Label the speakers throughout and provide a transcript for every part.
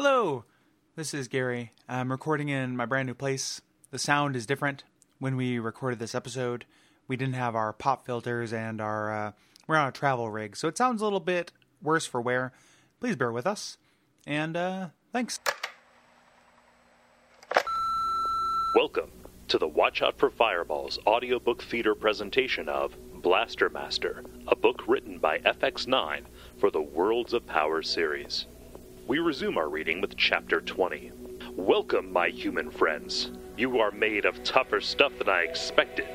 Speaker 1: Hello, this is Gary. I'm recording in my brand new place. The sound is different. When we recorded this episode, we didn't have our pop filters and our uh, we're on a travel rig, so it sounds a little bit worse for wear. Please bear with us, and uh, thanks.
Speaker 2: Welcome to the Watch Out for Fireballs audiobook theater presentation of Blaster Master, a book written by FX9 for the Worlds of Power series. We resume our reading with Chapter 20. Welcome, my human friends. You are made of tougher stuff than I expected.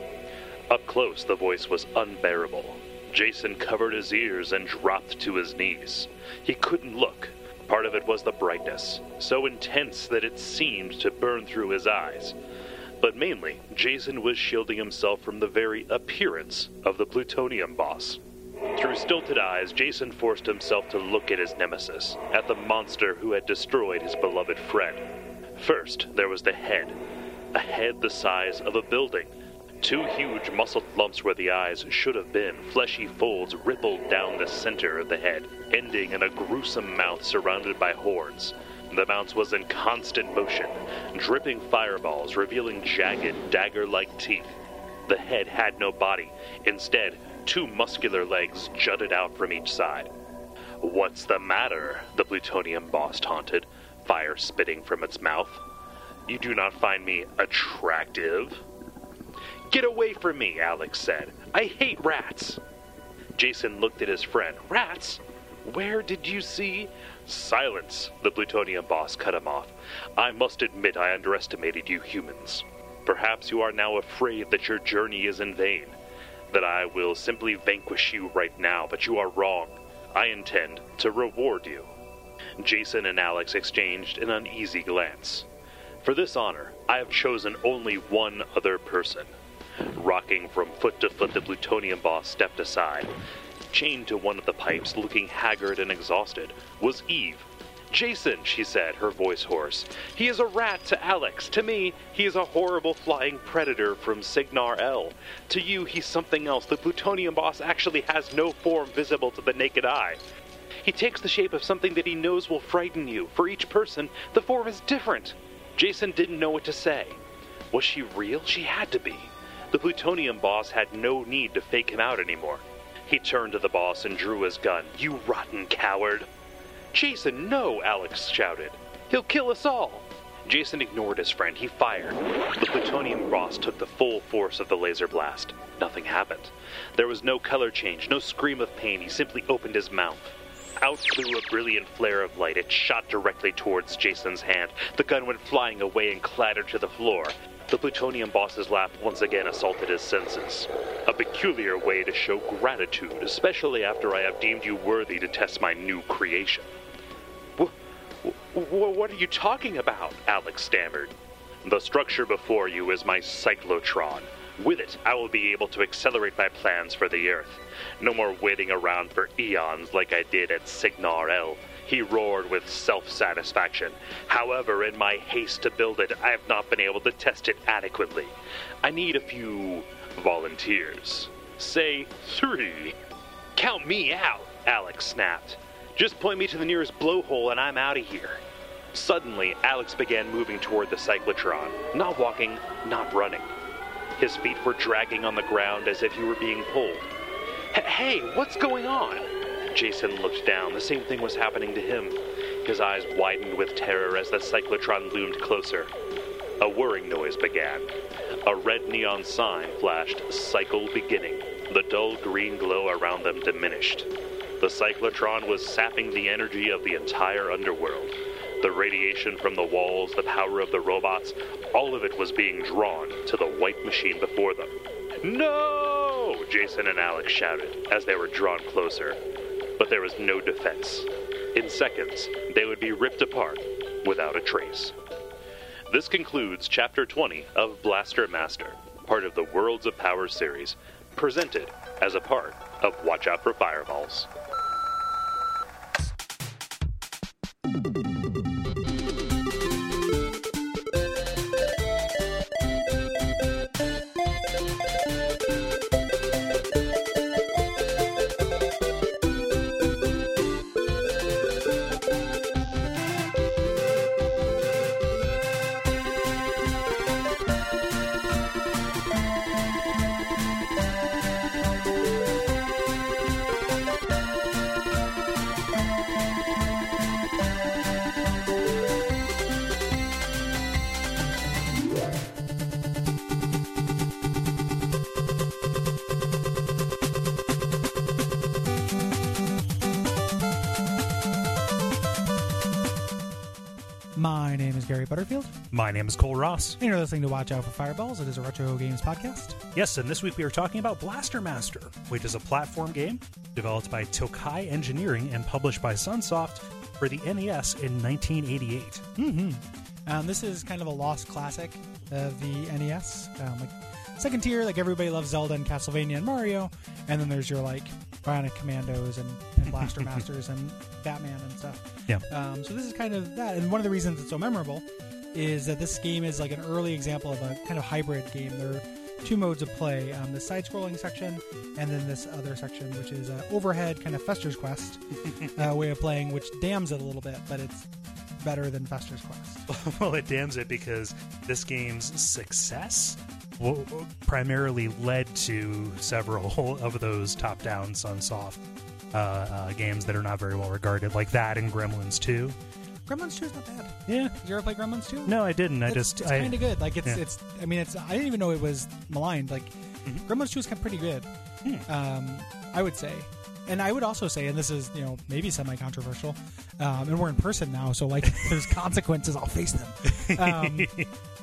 Speaker 2: Up close, the voice was unbearable. Jason covered his ears and dropped to his knees. He couldn't look. Part of it was the brightness, so intense that it seemed to burn through his eyes. But mainly, Jason was shielding himself from the very appearance of the plutonium boss. Through stilted eyes, Jason forced himself to look at his nemesis, at the monster who had destroyed his beloved friend. First, there was the head, a head the size of a building. Two huge muscled lumps where the eyes should have been, fleshy folds rippled down the center of the head, ending in a gruesome mouth surrounded by horns. The mouth was in constant motion, dripping fireballs, revealing jagged, dagger like teeth. The head had no body. Instead, two muscular legs jutted out from each side. What's the matter? The plutonium boss taunted, fire spitting from its mouth. You do not find me attractive? Get away from me, Alex said. I hate rats. Jason looked at his friend. Rats? Where did you see? Silence, the plutonium boss cut him off. I must admit I underestimated you humans. Perhaps you are now afraid that your journey is in vain, that I will simply vanquish you right now, but you are wrong. I intend to reward you. Jason and Alex exchanged an uneasy glance. For this honor, I have chosen only one other person. Rocking from foot to foot, the plutonium boss stepped aside. Chained to one of the pipes, looking haggard and exhausted, was Eve. Jason, she said, her voice hoarse. He is a rat to Alex. To me, he is a horrible flying predator from Signar L. To you, he's something else. The plutonium boss actually has no form visible to the naked eye. He takes the shape of something that he knows will frighten you. For each person, the form is different. Jason didn't know what to say. Was she real? She had to be. The plutonium boss had no need to fake him out anymore. He turned to the boss and drew his gun. You rotten coward! Jason, no! Alex shouted. He'll kill us all! Jason ignored his friend. He fired. The plutonium boss took the full force of the laser blast. Nothing happened. There was no color change, no scream of pain. He simply opened his mouth. Out flew a brilliant flare of light. It shot directly towards Jason's hand. The gun went flying away and clattered to the floor. The plutonium boss's laugh once again assaulted his senses. A peculiar way to show gratitude, especially after I have deemed you worthy to test my new creation. W- what are you talking about? Alex stammered. The structure before you is my cyclotron. With it, I will be able to accelerate my plans for the Earth. No more waiting around for eons like I did at Signar L. He roared with self satisfaction. However, in my haste to build it, I have not been able to test it adequately. I need a few volunteers. Say three. Count me out, Alex snapped. Just point me to the nearest blowhole and I'm out of here. Suddenly, Alex began moving toward the cyclotron, not walking, not running. His feet were dragging on the ground as if he were being pulled. "H- hey, what's going on? Jason looked down. The same thing was happening to him. His eyes widened with terror as the cyclotron loomed closer. A whirring noise began. A red neon sign flashed, cycle beginning. The dull green glow around them diminished. The cyclotron was sapping the energy of the entire underworld. The radiation from the walls, the power of the robots, all of it was being drawn to the white machine before them. No! Jason and Alex shouted as they were drawn closer. But there was no defense. In seconds, they would be ripped apart without a trace. This concludes Chapter 20 of Blaster Master, part of the Worlds of Power series, presented as a part of Watch Out for Fireballs.
Speaker 3: My name is Gary Butterfield,
Speaker 4: My name is Cole Ross.
Speaker 3: and you're listening to Watch Out for Fireballs. It is a retro games podcast.
Speaker 4: Yes, and this week we are talking about Blaster Master, which is a platform game developed by Tokai Engineering and published by Sunsoft for the NES in 1988.
Speaker 3: Um, this is kind of a lost classic of the NES. Um, like second tier, like everybody loves Zelda and Castlevania and Mario, and then there's your like Bionic Commandos and, and Blaster Masters and Batman and stuff.
Speaker 4: Yeah.
Speaker 3: Um, so this is kind of that, and one of the reasons it's so memorable is that this game is like an early example of a kind of hybrid game. There are two modes of play: um, the side-scrolling section, and then this other section, which is an overhead kind of Fester's Quest uh, way of playing, which dams it a little bit, but it's better than Fester's Quest.
Speaker 4: well, it damns it because this game's success wo- primarily led to several of those top-down Sunsoft uh, uh, games that are not very well regarded, like that and Gremlins 2.
Speaker 3: Gremlins 2 is not bad.
Speaker 4: Yeah.
Speaker 3: Did you ever play Gremlins 2?
Speaker 4: No, I didn't. I
Speaker 3: It's-
Speaker 4: just
Speaker 3: it's
Speaker 4: I,
Speaker 3: kind of good. Like it's
Speaker 4: yeah.
Speaker 3: it's. I mean, it's. I didn't even know it was maligned. Like
Speaker 4: Mm-hmm.
Speaker 3: Gremlins 2 is kind of pretty good.
Speaker 4: Hmm.
Speaker 3: Um, I would say, and I would also say, and this is you know maybe semi-controversial, um, and we're in person now, so like if there's consequences. I'll face them. Um,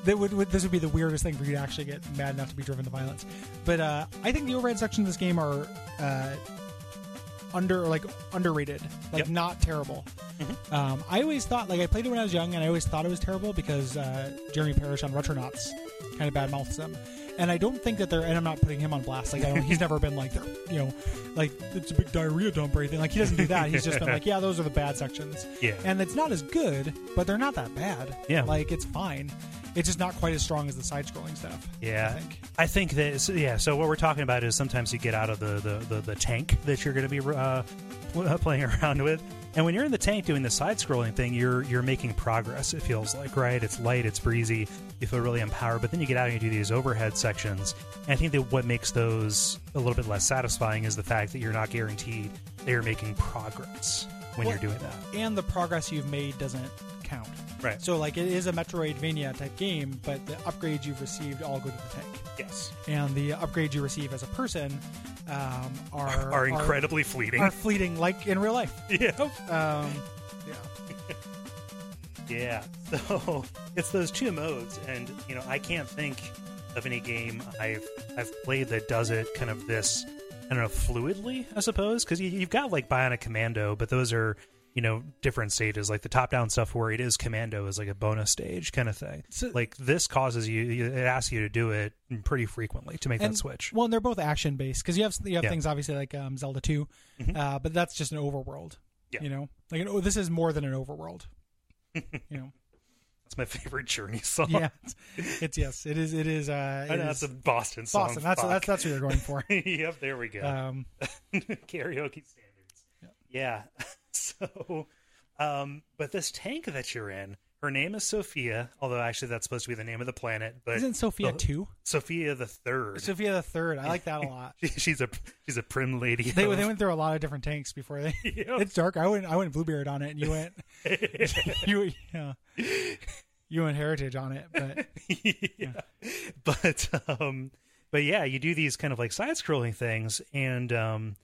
Speaker 3: that would, would this would be the weirdest thing for you to actually get mad enough to be driven to violence. But uh, I think the overhead sections of this game are. Uh, under like underrated, like
Speaker 4: Yep. Mm-hmm.
Speaker 3: not terrible. Um, I always thought like I played it when I was young, and I always thought it was terrible because uh, Jeremy Parrish on Retronauts kind of bad mouths them, and I don't think that they're. And I'm not putting him on blast. Like I don't, he's never been like they're you know like it's a big diarrhea dump or anything. Like he doesn't do that. He's just been like yeah, those are the bad sections.
Speaker 4: Yeah.
Speaker 3: and it's not as good, but they're not that bad.
Speaker 4: Yeah.
Speaker 3: like it's fine. It's just not quite as strong as the side-scrolling stuff.
Speaker 4: Yeah,
Speaker 3: I think.
Speaker 4: I think that so, yeah. So what we're talking about is sometimes you get out of the the, the, the tank that you're going to be uh, w- uh, playing around with, and when you're in the tank doing the side scrolling thing, you're you're making progress. It feels like right. It's light. It's breezy. You feel really empowered. But then you get out and you do these overhead sections. And I think that what makes those a little bit less satisfying is the fact that you're not guaranteed that you're making progress when
Speaker 3: Well-
Speaker 4: you're doing that.
Speaker 3: and the progress you've made doesn't count.
Speaker 4: Right.
Speaker 3: So like it is a Metroidvania type game, but the upgrades you've received all go to the tank,
Speaker 4: Yes,
Speaker 3: and the upgrades you receive as a person um, are
Speaker 4: are incredibly fleeting.
Speaker 3: are fleeting, like in real life.
Speaker 4: yeah.
Speaker 3: Um, yeah.
Speaker 4: Yeah. So it's those two modes, and you know, I can't think of any game I've I've played that does it kind of this I don't know fluidly, I suppose, because you, you've got like Bionic Commando, but those are you know different stages. Like the top-down stuff where it is Commando is like a bonus stage kind of thing.
Speaker 3: So-
Speaker 4: like this causes you, you- it asks you to do it pretty frequently to make that switch.
Speaker 3: Well, and they're both action based because you have you have
Speaker 4: Yeah. Mm-hmm.
Speaker 3: things obviously like um, Zelda 2 uh, but that's just an overworld.
Speaker 4: Yeah.
Speaker 3: You know, like an, oh, this is more than an overworld. you know,
Speaker 4: That's my favorite Journey song.
Speaker 3: yeah, it's, it's- yes, it is. It is. Uh,
Speaker 4: I
Speaker 3: it
Speaker 4: know
Speaker 3: is
Speaker 4: that's a Boston song.
Speaker 3: Boston. That's,
Speaker 4: Fuck.
Speaker 3: that's that's what you're going for.
Speaker 4: yep. There we go.
Speaker 3: Um,
Speaker 4: karaoke standards. Yeah. So, um, but this tank that you're in, her name is Sophia. Although actually, that's supposed to be the name of the planet. But
Speaker 3: Isn't Sophia
Speaker 4: the-
Speaker 3: two?
Speaker 4: Sophia the third.
Speaker 3: uh, Sophia the third. I like that a lot.
Speaker 4: she's a she's a prim lady.
Speaker 3: They,
Speaker 4: of-
Speaker 3: they went through a lot of different tanks before they.
Speaker 4: Yeah.
Speaker 3: It's dark. I went I went Bluebeard on it, and you went you yeah, you went Heritage on it. But
Speaker 4: yeah. But um but yeah, you do these kind of like side scrolling things and um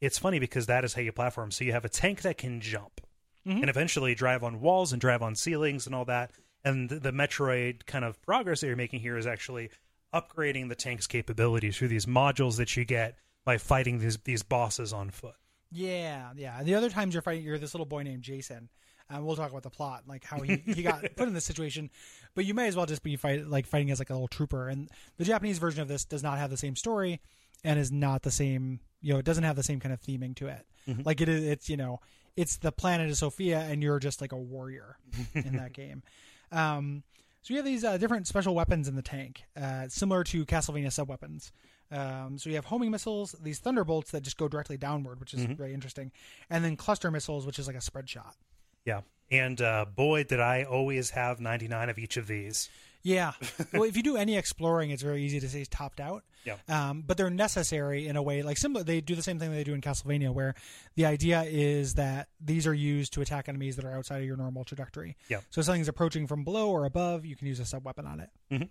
Speaker 4: it's funny because that is how you platform. So you have a tank that can jump and eventually drive on walls and drive on ceilings and all that. And the, the Metroid kind of progress that you're making here is actually upgrading the tank's capabilities through these modules that you get by fighting these these bosses on foot.
Speaker 3: yeah, yeah. The other times you're fighting, you're this little boy named Jason. Um, we'll talk about the plot, like how he, he got put in this situation. But you may as well just be fight, like fighting as like a little trooper. And the Japanese version of this does not have the same story, and is not the same. You know, it doesn't have the same kind of theming to it. Like it is, it's you know, it's the planet of Sophia, and you're just like a warrior in that game. Um, so you have these uh, different special weapons in the tank, uh, similar to Castlevania sub weapons. Um, so you have homing missiles, these thunderbolts that just go directly downward, which is
Speaker 4: Mm-hmm.
Speaker 3: very interesting, and then cluster missiles, which is like a spread shot.
Speaker 4: Yeah. And uh, boy, did I always have 99 of each of these.
Speaker 3: Yeah. well, if you do any exploring, it's very easy to say topped out.
Speaker 4: Yeah.
Speaker 3: Um, but they're necessary in a way, like similar. They do the same thing they do in Castlevania, where the idea is that these are used to attack enemies that are outside of your normal trajectory.
Speaker 4: Yeah.
Speaker 3: So if something's approaching from below or above, you can use a sub weapon on it.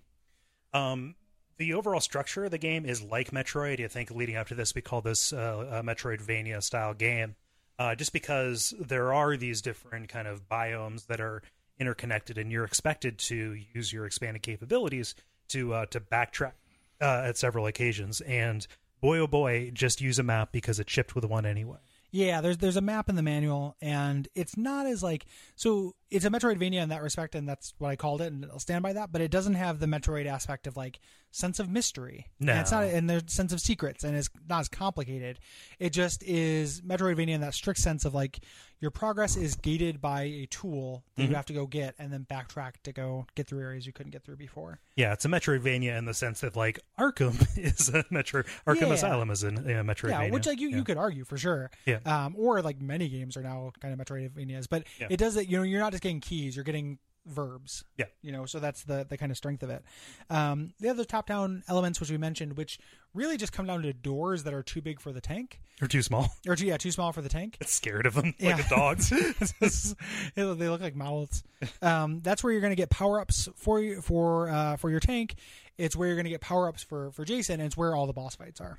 Speaker 4: Um, the overall structure of the game is like Metroid. I think leading up to this, we call this uh, a Metroidvania style game, uh, just because there are these different kind of biomes that are interconnected, and you're expected to use your expanded capabilities to uh, to backtrack uh, at several occasions. And boy, oh boy, just use a map because it shipped with one anyway.
Speaker 3: Yeah, there's there's a map in the manual, and it's not as like so. It's a Metroidvania in that respect, and that's what I called it, and I'll stand by that. But it doesn't have the Metroid aspect of like sense of mystery.
Speaker 4: No.
Speaker 3: and it's not, and there's sense of secrets, and it's not as complicated. It just is Metroidvania in that strict sense of like your progress is gated by a tool that you have to go get, and then backtrack to go get through areas you couldn't get through before.
Speaker 4: Yeah, it's a Metroidvania in the sense that like Arkham is a Metro Arkham
Speaker 3: Yeah.
Speaker 4: Asylum is a, a Metroidvania.
Speaker 3: Yeah, which like you,
Speaker 4: Yeah.
Speaker 3: you could argue for sure.
Speaker 4: Yeah.
Speaker 3: Um, or like many games are now kind of Metroidvanias, but
Speaker 4: Yeah.
Speaker 3: it does that. You know, you're not just getting keys; you're getting verbs.
Speaker 4: Yeah.
Speaker 3: You know, so that's the the kind of strength of it. Um, the other top down elements which we mentioned, which really just come down to doors that are too big for the tank,
Speaker 4: Or too small.
Speaker 3: or too, yeah, too small for the tank.
Speaker 4: It's scared of them
Speaker 3: Yeah.
Speaker 4: like a dog.
Speaker 3: they look they look like mouths. Um, that's where you're going to get power ups for you for uh, for your tank. It's where you're going to get power ups for for Jason, and it's where all the boss fights are.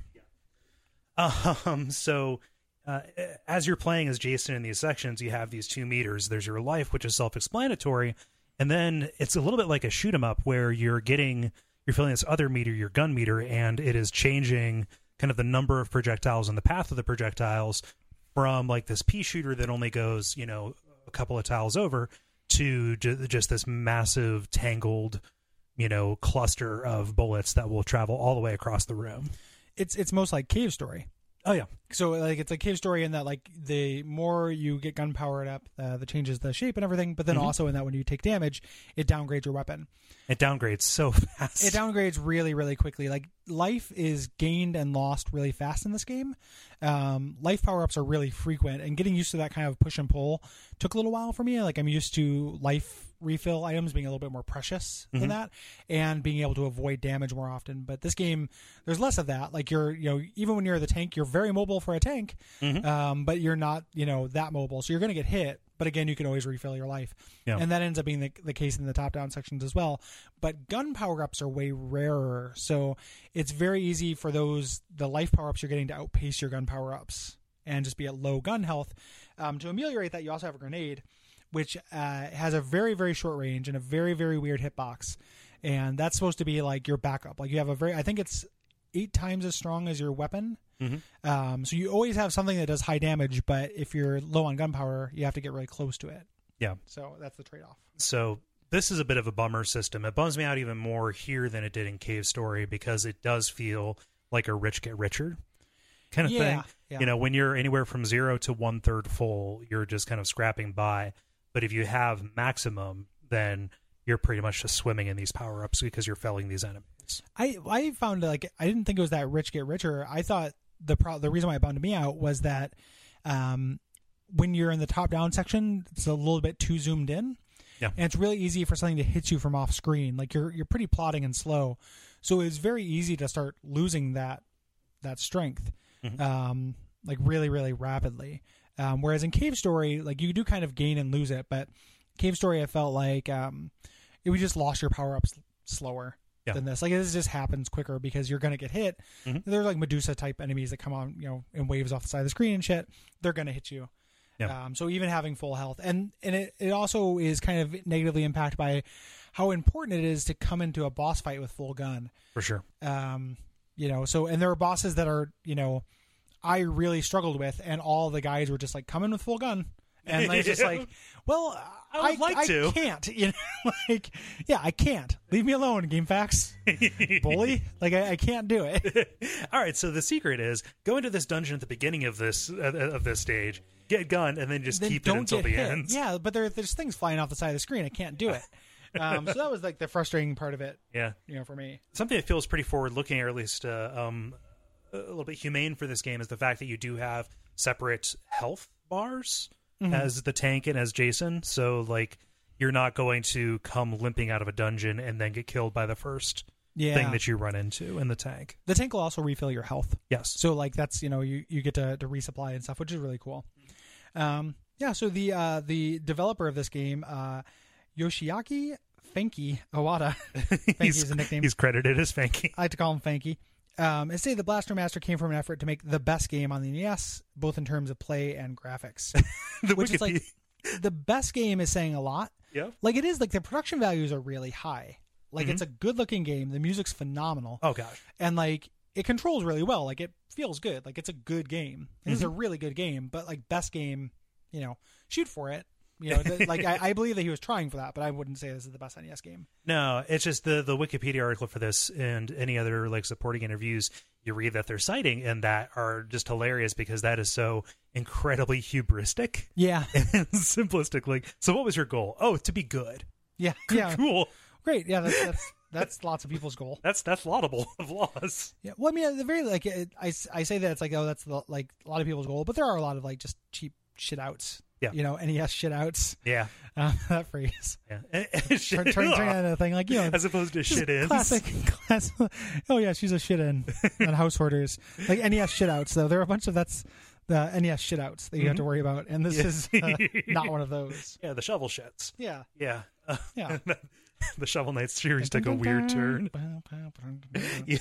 Speaker 4: Um, so uh, as you're playing as Jason in these sections, you have these two meters. There's your life, which is self-explanatory, and then it's a little bit like a shoot 'em up where you're getting you're filling this other meter, your gun meter, and it is changing kind of the number of projectiles and the path of the projectiles from like this pea shooter that only goes you know a couple of tiles over to ju- just this massive tangled you know cluster of bullets that will travel all the way across the room.
Speaker 3: It's it's most like Cave Story.
Speaker 4: Oh yeah,
Speaker 3: so like it's a cave story in that like the more you get gun powered up uh, that changes the shape and everything but then also in that when you take damage it downgrades your weapon
Speaker 4: It downgrades so fast.
Speaker 3: it downgrades really really quickly like life is gained and lost really fast in this game um, life power ups are really frequent and getting used to that kind of push and pull took a little while for me like i'm used to life refill items being a little bit more precious than that and being able to avoid damage more often but this game there's less of that like you're you know even when you're the tank you're very mobile for a tank um, but you're not you know that mobile so you're going to get hit but again you can always refill your life
Speaker 4: Yeah.
Speaker 3: and that ends up being the, the case in the top down sections as well but gun power ups are way rarer so it's very easy for those the life power ups you're getting to outpace your gun power ups and just be at low gun health um, to ameliorate that you also have a grenade which uh, has a very very short range and a very very weird hitbox and that's supposed to be like your backup like you have a very i think it's eight times as strong as your weapon um, so you always have something that does high damage but if you're low on gunpowder you have to get really close to it
Speaker 4: yeah.
Speaker 3: so that's the trade-off
Speaker 4: So this is a bit of a bummer system. It bums me out even more here than it did in Cave Story because it does feel like a rich get richer kind of
Speaker 3: Yeah,
Speaker 4: thing.
Speaker 3: yeah.
Speaker 4: You know, when you're anywhere from zero to one third full, you're just kind of scrapping by. But if you have maximum, then you're pretty much just swimming in these power ups because you're felling these enemies.
Speaker 3: I I found like I didn't think it was that rich get richer. I thought the pro- the reason why it bummed me out was that um, when you're in the top down section, it's a little bit too zoomed in.
Speaker 4: Yeah.
Speaker 3: And it's really easy for something to hit you from off screen. Like you're you're pretty plodding and slow, so it's very easy to start losing that that strength, um, like really really rapidly. Um, whereas in Cave Story, like you do kind of gain and lose it, but Cave Story, I felt like um, it, we just lost your power ups slower
Speaker 4: Yeah. Mm-hmm.
Speaker 3: than this. Like this just happens quicker because you're gonna get hit. There's like Medusa type enemies that come on, you know, in waves off the side of the screen and shit. They're gonna hit you.
Speaker 4: Yeah.
Speaker 3: Um, so even having full health and and it, it also is kind of negatively impacted by how important it is to come into a boss fight with full gun
Speaker 4: For sure.
Speaker 3: um, you know so and there are bosses that are you know i really struggled with and all the guys were just like coming with full gun and i was just like well i,
Speaker 4: would like
Speaker 3: I
Speaker 4: to.
Speaker 3: can't you know like yeah i can't leave me alone game facts bully like I, I can't do it
Speaker 4: All right, so the secret is go into this dungeon at the beginning of this uh, of this stage, get gunned, and then just
Speaker 3: then
Speaker 4: keep
Speaker 3: don't
Speaker 4: it until
Speaker 3: get
Speaker 4: the
Speaker 3: hit.
Speaker 4: end.
Speaker 3: yeah but there, there's things flying off the side of the screen i can't do it um, so that was like the frustrating part of it
Speaker 4: Yeah.
Speaker 3: you know for me
Speaker 4: something that feels pretty forward looking, or at least uh, um, a little bit humane for this game, is the fact that you do have separate health bars
Speaker 3: Mm-hmm.
Speaker 4: as the tank and as Jason. So like you're not going to come limping out of a dungeon and then get killed by the first
Speaker 3: yeah
Speaker 4: thing that you run into in the tank.
Speaker 3: the tank will also refill your health
Speaker 4: Yes.
Speaker 3: So like that's you know you you get to, to resupply and stuff, which is really cool. Um, yeah. So the uh, the developer of this game, uh, Yoshiaki Fenki Awada, Fenki is a nickname.
Speaker 4: He's credited as Fanky.
Speaker 3: I like to call him Fanky. Um, and say the Blaster Master came from an E effort to make the best game on the NES, both in terms of play and graphics.
Speaker 4: the
Speaker 3: Which is like-
Speaker 4: Wikipedia.
Speaker 3: the best game is saying a lot.
Speaker 4: Yeah.
Speaker 3: Like it is like the production values are really high. Like it's
Speaker 4: Mm-hmm.
Speaker 3: a good looking game. The music's phenomenal.
Speaker 4: Oh gosh.
Speaker 3: And like it controls really well. Like it feels good. Like it's a good game. It's a really good game, but like best game, you know, shoot for it. You know, th- like I, I believe that he was trying for that, but I wouldn't say this is the best NES game.
Speaker 4: No, it's just the the Wikipedia article for this and any other like supporting interviews you read that they're citing and that are just hilarious because that is so incredibly hubristic
Speaker 3: Yeah.
Speaker 4: and simplistic. Like, so what was your goal? Oh, to be good.
Speaker 3: Yeah. Yeah.
Speaker 4: Cool.
Speaker 3: Great. Yeah. That's, that's, that's lots of people's goal.
Speaker 4: That's that's laudable of laws.
Speaker 3: Yeah. Well, I mean, at the very like, it, I s- I say that it's like, oh, that's the, like a lot of people's goal, but there are a lot of like just cheap shit outs.
Speaker 4: Yeah.
Speaker 3: You know, NES shit outs.
Speaker 4: Yeah.
Speaker 3: Um, that phrase.
Speaker 4: Yeah.
Speaker 3: Turn, turn, turn that into a thing like you know,
Speaker 4: As opposed to
Speaker 3: just
Speaker 4: shit ins.
Speaker 3: Classic, class. Oh yeah, she's a shit in on house hoarders. Like NES shit outs though. There are a bunch of that's the NES shit outs that you have to worry about, and this
Speaker 4: Mm-hmm. Yeah.
Speaker 3: is uh, not one of those.
Speaker 4: Yeah, the shovel shits.
Speaker 3: Yeah.
Speaker 4: Yeah.
Speaker 3: Yeah.
Speaker 4: the Shovel Knight series took a weird turn. Yeah.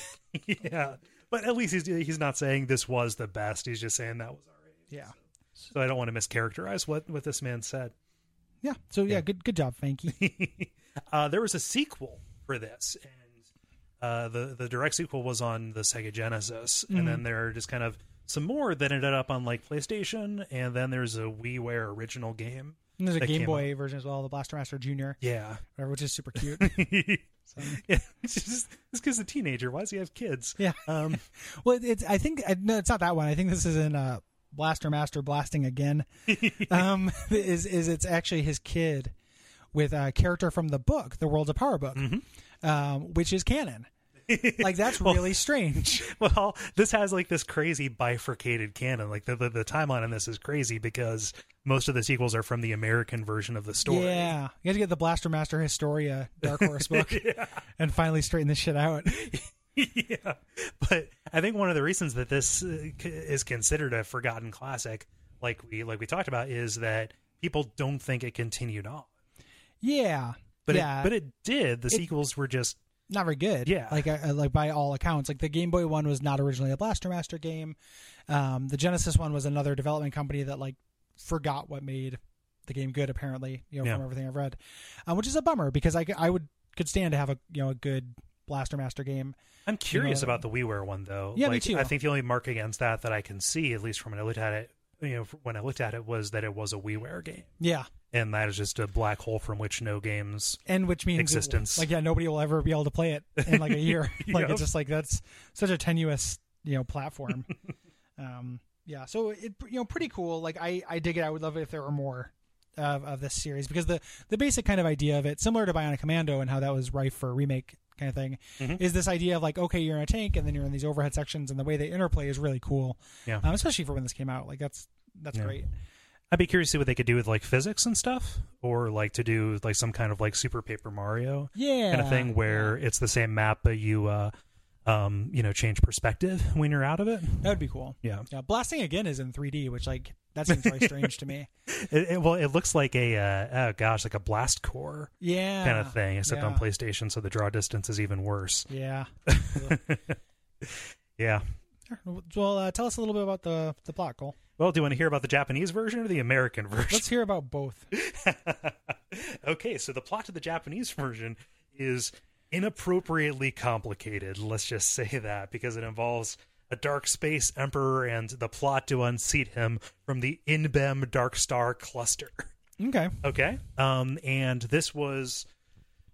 Speaker 4: yeah. But at least he's he's not saying this was the best. He's just saying that was our age.
Speaker 3: Yeah.
Speaker 4: So I don't want to mischaracterize what, what this man said.
Speaker 3: Yeah. So yeah, good good job, Fanky.
Speaker 4: uh, there was a sequel for this, and uh, the the direct sequel was on the Sega Genesis, and
Speaker 3: Mm-hmm.
Speaker 4: then there are just kind of some more that ended up on like PlayStation, and then there's a WiiWare original game.
Speaker 3: And there's a
Speaker 4: that
Speaker 3: Game
Speaker 4: came
Speaker 3: Boy version as well, the Blaster Master Junior,
Speaker 4: Yeah.
Speaker 3: whatever, which is super cute.
Speaker 4: yeah, it's just this kid's a teenager. Why does he have kids?
Speaker 3: Yeah.
Speaker 4: Um,
Speaker 3: Well, it's. I think I- no, it's not that one. I think this is in uh, Blaster Master blasting again. um, is is it's actually his kid with a character from the book, the Worlds of Power book,
Speaker 4: Mm-hmm.
Speaker 3: um, which is canon. Like that's really strange.
Speaker 4: well, this has like this crazy bifurcated canon. Like the, the the timeline on this is crazy because most of the sequels are from the American version of the story.
Speaker 3: Yeah, you have to get the Blaster Master Historia Dark Horse book and finally straighten this shit out.
Speaker 4: yeah, but I think one of the reasons that this uh, c- is considered a forgotten classic, like we like we talked about, is that people don't think it continued on.
Speaker 3: Yeah,
Speaker 4: But
Speaker 3: yeah,
Speaker 4: it, but it did. The sequels were just
Speaker 3: not very good.
Speaker 4: Yeah.
Speaker 3: like uh, like by all accounts, like the Game Boy one was not originally a Blaster Master game. Um, the Genesis one was another development company that like forgot what made the game good. Apparently, you know,
Speaker 4: Yeah.
Speaker 3: from everything I've read, um, which is a bummer because I, c- I would could stand to have a you know a good Blaster Master game.
Speaker 4: I'm curious
Speaker 3: that-
Speaker 4: about the WiiWare one though.
Speaker 3: Yeah, me
Speaker 4: like,
Speaker 3: too.
Speaker 4: I think the only mark against that that I can see, at least from when I looked at it, you know, from when I looked at it, was that it was a WiiWare game,
Speaker 3: Yeah,
Speaker 4: and that is just a black hole from which no games.
Speaker 3: and which means
Speaker 4: Existence.
Speaker 3: like yeah, nobody will ever be able to play it in like a year. like
Speaker 4: Yep.
Speaker 3: it's just like that's such a tenuous you know platform. um, yeah, so it you know pretty cool. Like I I dig it. I would love it if there were more of of this series because the the basic kind of idea of it, similar to Bionic Commando and how that was rife for a remake kind of thing,
Speaker 4: Mm-hmm.
Speaker 3: is this idea of like okay, you're in a tank and then you're in these overhead sections, and the way they interplay is really cool.
Speaker 4: Yeah.
Speaker 3: um, especially for when this came out. Like that's that's great.
Speaker 4: I'd be curious to see what they could do with like physics and stuff, or like to do like some kind of like Super Paper Mario.
Speaker 3: Yeah,
Speaker 4: kind of thing where it's the same map but you uh um you know change perspective when you're out of it
Speaker 3: that would be cool.
Speaker 4: yeah
Speaker 3: Yeah, blasting again is in 3D, which like that seems really strange to me.
Speaker 4: it, it- well it looks like a uh, oh gosh like a blast core
Speaker 3: Yeah,
Speaker 4: kind of thing except on
Speaker 3: yeah.
Speaker 4: playstation so the draw distance is even worse
Speaker 3: Yeah.
Speaker 4: yeah
Speaker 3: well, uh, tell us a little bit about the the plot, Cole.
Speaker 4: well do you want to hear about the japanese version or the american version
Speaker 3: Let's hear about both.
Speaker 4: okay so the plot to the japanese version is inappropriately complicated let's just say that because it involves a dark space emperor and the plot to unseat him from the inbem dark star cluster
Speaker 3: Okay.
Speaker 4: Okay. Um, and this was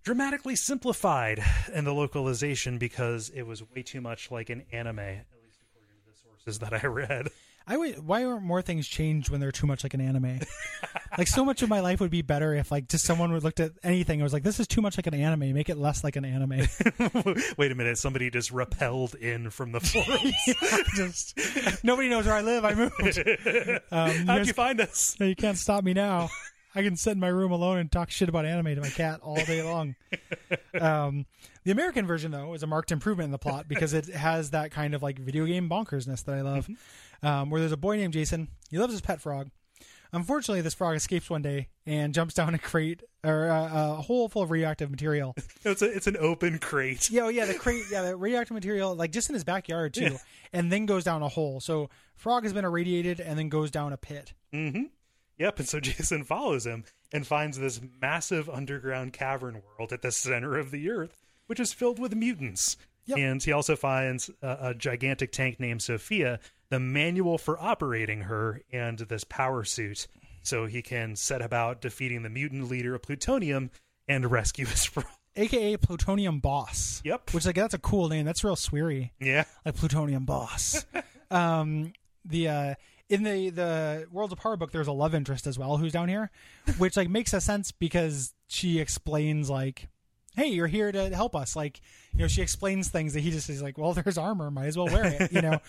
Speaker 4: dramatically simplified in the localization because it was way too much like an anime, at least according to the sources that I read.
Speaker 3: I would, why aren't more things changed when they're too much like an anime? like so much of my life would be better if like just someone would looked at anything and was like, "This is too much like an anime. Make it less like an anime."
Speaker 4: Wait a minute, somebody just rappelled in from the forest.
Speaker 3: just nobody knows where I live. I moved. Um,
Speaker 4: How'd
Speaker 3: here's-
Speaker 4: you find us?
Speaker 3: you can't stop me now. I can sit in my room alone and talk shit about anime to my cat all day long. Um, the American version, though, is a marked improvement in the plot because it has that kind of like video game bonkersness that I love, um, where there's a boy named Jason. He loves his pet frog. Unfortunately, this frog escapes one day and jumps down a crate or uh, a hole full of radioactive material.
Speaker 4: It's, a, it's an open crate.
Speaker 3: Yeah, oh, yeah, the crate, yeah, the radioactive material, like just in his backyard too, and then goes down a hole. So frog has been irradiated and then goes down a pit.
Speaker 4: Yep, and so Jason follows him and finds this massive underground cavern world at the center of the earth, which is filled with mutants.
Speaker 3: Yep.
Speaker 4: And he also finds a, a gigantic tank named Sophia, the manual for operating her, and this power suit, so he can set about defeating the mutant leader of Plutonium and rescue his friend.
Speaker 3: AKA Plutonium Boss.
Speaker 4: Yep.
Speaker 3: Which like that's a cool name. That's real sweary.
Speaker 4: Yeah,
Speaker 3: like plutonium boss. um, the uh, in the the Worlds of Power book, there's a love interest as well who's down here, which like makes a sense because she explains like, "Hey, you're here to help us." Like, you know, she explains things that he just is like, "Well, there's armor, might as well wear it." You know,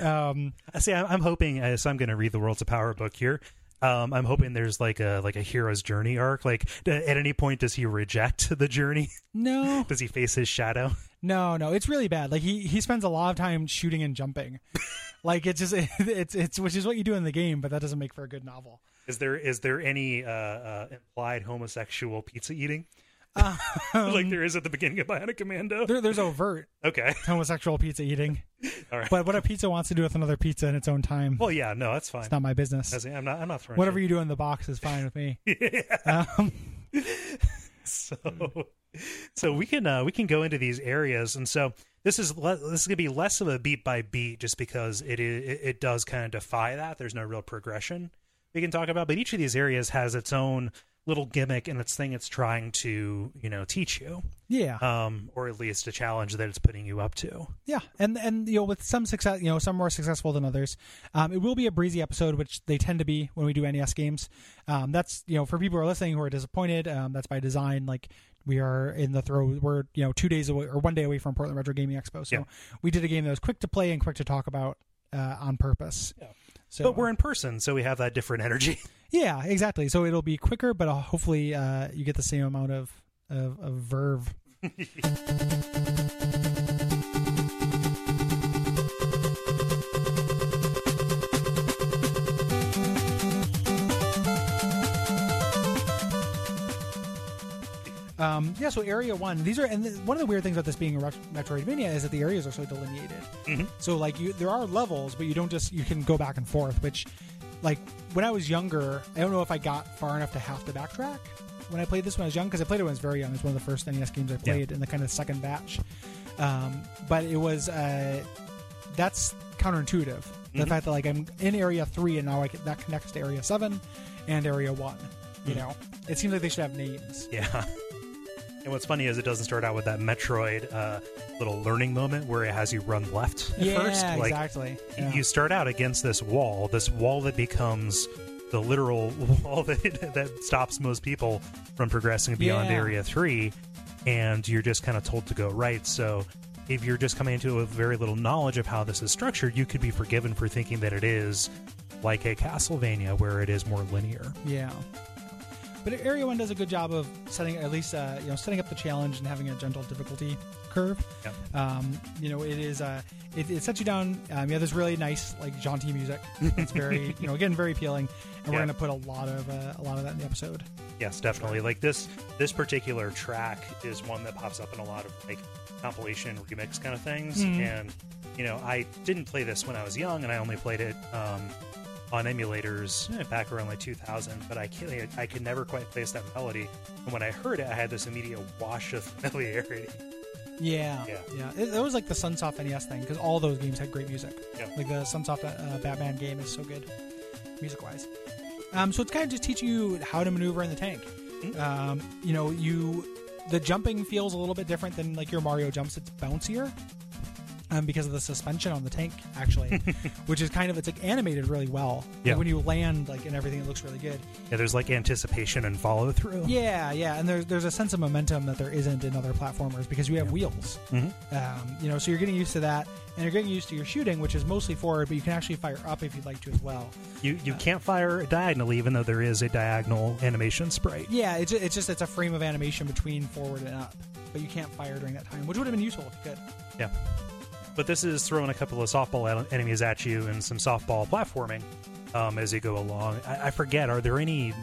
Speaker 3: um,
Speaker 4: I see. I'm, I'm hoping uh, so. I'm going to read the Worlds of Power book here. Um, I'm hoping there's like a like a hero's journey arc. Like, d- at any point, does he reject the journey?
Speaker 3: no,
Speaker 4: Does he face his shadow?
Speaker 3: No, no, it's really bad. Like he he spends a lot of time shooting and jumping. like it's just it's it's which is what you do in the game, but that doesn't make for a good novel.
Speaker 4: Is there is there any uh, uh, implied homosexual pizza eating? like there is at the beginning of Bionic Commando.
Speaker 3: Um, There, there's overt
Speaker 4: Okay,
Speaker 3: homosexual pizza eating,
Speaker 4: all right.
Speaker 3: but what a pizza wants to do with another pizza in its own time,
Speaker 4: well, yeah, no, that's fine.
Speaker 3: it's not my
Speaker 4: That's-
Speaker 3: business.
Speaker 4: I'm not. I'm not throwing
Speaker 3: Whatever
Speaker 4: shade.
Speaker 3: you do in the box is fine with me. Um,
Speaker 4: so so we can uh, we can go into these areas and so this is le- this is gonna be less of a beat by beat just because it i- it, it does kind of defy that there's no real progression we can talk about but each of these areas has its own little gimmick and its thing it's trying to you know teach you
Speaker 3: yeah,
Speaker 4: um or at least a challenge that it's putting you up to
Speaker 3: yeah, and and you know with some success, you know some more successful than others. Um, it will be a breezy episode, which they tend to be when we do NES games. Um, that's you know for people who are listening who are disappointed, um, that's by design. Like we are in the throw, we're you know two days away or one day away from Portland Retro Gaming Expo, so
Speaker 4: Yeah.
Speaker 3: we did a game that was quick to play and quick to talk about uh, on purpose.
Speaker 4: Yeah.
Speaker 3: So,
Speaker 4: but we're in person so we have that different energy
Speaker 3: Yeah, exactly. So it'll be quicker, but uh, hopefully uh, you get the same amount of of, of verve. Um, yeah, so area one. These are and th- one of the weird things about this being a Ret- Metroidvania is that the areas are so delineated. So like you, there are levels, but you don't just you can go back and forth. Which, like when I was younger, I don't know if I got far enough to have to backtrack when I played this when I was young because I played it when I was very young. It's one of the first NES games I played in the kind of second batch. Um, but it was uh, that's counterintuitive. The fact that like I'm in area three and now I can, that connects to area seven and area one. You know, it seems like they should have names.
Speaker 4: Yeah. And what's funny is it doesn't start out with that Metroid uh, little learning moment where it has you run left at
Speaker 3: yeah,
Speaker 4: first. Like
Speaker 3: exactly. Yeah.
Speaker 4: you start out against this wall, this wall that becomes the literal wall that that stops most people from progressing beyond
Speaker 3: Yeah.
Speaker 4: area three, and you're just kind of told to go right. So if you're just coming into it with very little knowledge of how this is structured, you could be forgiven for thinking that it is like a Castlevania where it is more linear.
Speaker 3: Yeah. But Area One does a good job of setting at least uh, you know setting up the challenge and having a gentle difficulty curve.
Speaker 4: Yep.
Speaker 3: Um, you know it is uh, it, it sets you down. Um, yeah, there's really nice like jaunty music. It's very you know again very appealing, and we're
Speaker 4: Yeah.
Speaker 3: gonna put a lot of uh, a lot of that in the episode.
Speaker 4: Yes, definitely. Like this this particular track is one that pops up in a lot of like compilation remix kind of things. And you know, I didn't play this when I was young, and I only played it um, on emulators eh, back around like 2000. But I can I could never quite place that melody. And when I heard it, I had this immediate wash of familiarity.
Speaker 3: Yeah,
Speaker 4: Yeah.
Speaker 3: yeah. It, it was like the Sunsoft NES E thing because all those games had great music.
Speaker 4: Yeah.
Speaker 3: Like the Sunsoft uh, Batman game is so good, music wise. Um, so it's kind of just teaching you how to maneuver in the tank.
Speaker 4: Mm-hmm.
Speaker 3: Um, you know, you the jumping feels a little bit different than like your Mario jumps. It's bouncier um, because of the suspension on the tank, actually, which is kind of it's like animated really well. Like,
Speaker 4: Yeah.
Speaker 3: when you land, like and everything, it looks really good.
Speaker 4: Yeah, there's like anticipation and follow through.
Speaker 3: Yeah, yeah, and there's there's a sense of momentum that there isn't in other platformers because you have wheels. Um, you know, so you're getting used to that, and you're getting used to your shooting, which is mostly forward, but you can actually fire up if you'd like to as well.
Speaker 4: You you can't fire diagonally, even though there is a diagonal animation sprite.
Speaker 3: Yeah, it's, ju- it's just it's a frame of animation between forward and up, but you can't fire during that time, which would have been useful if you could.
Speaker 4: Yeah. But this is throwing a couple of softball en- enemies at you and some softball platforming um, as you go along. I, I forget. Are there any?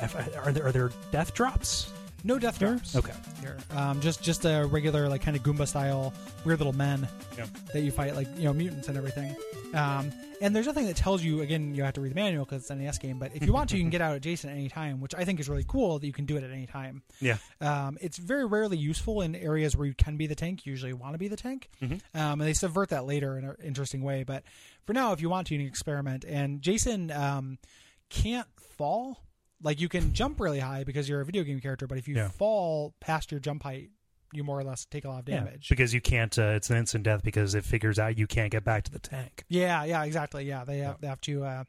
Speaker 4: I f- Are there are there death drops?
Speaker 3: No death drops.
Speaker 4: Okay.
Speaker 3: Here. Um, just just a regular like kind of Goomba style weird little men
Speaker 4: Yeah.
Speaker 3: that you fight like you know mutants and everything. Um, and there's nothing that tells you again you have to read the manual because it's an NES game. But if you want to, you can get out at Jason at any time, which I think is really cool that you can do it at any time.
Speaker 4: Yeah.
Speaker 3: Um, it's very rarely useful in areas where you can be the tank. You usually want to be the tank,
Speaker 4: Mm-hmm.
Speaker 3: um, and they subvert that later in an interesting way. But for now, if you want to, you can experiment. And Jason um, can't fall. Like you can jump really high because you're a video game character, but if you
Speaker 4: Yeah.
Speaker 3: fall past your jump height, you more or less take a lot of
Speaker 4: Yeah,
Speaker 3: damage.
Speaker 4: because you can't. Uh, it's an instant death because it figures out you can't get back to the tank.
Speaker 3: Yeah, yeah, exactly. Yeah, they have, they have to uh,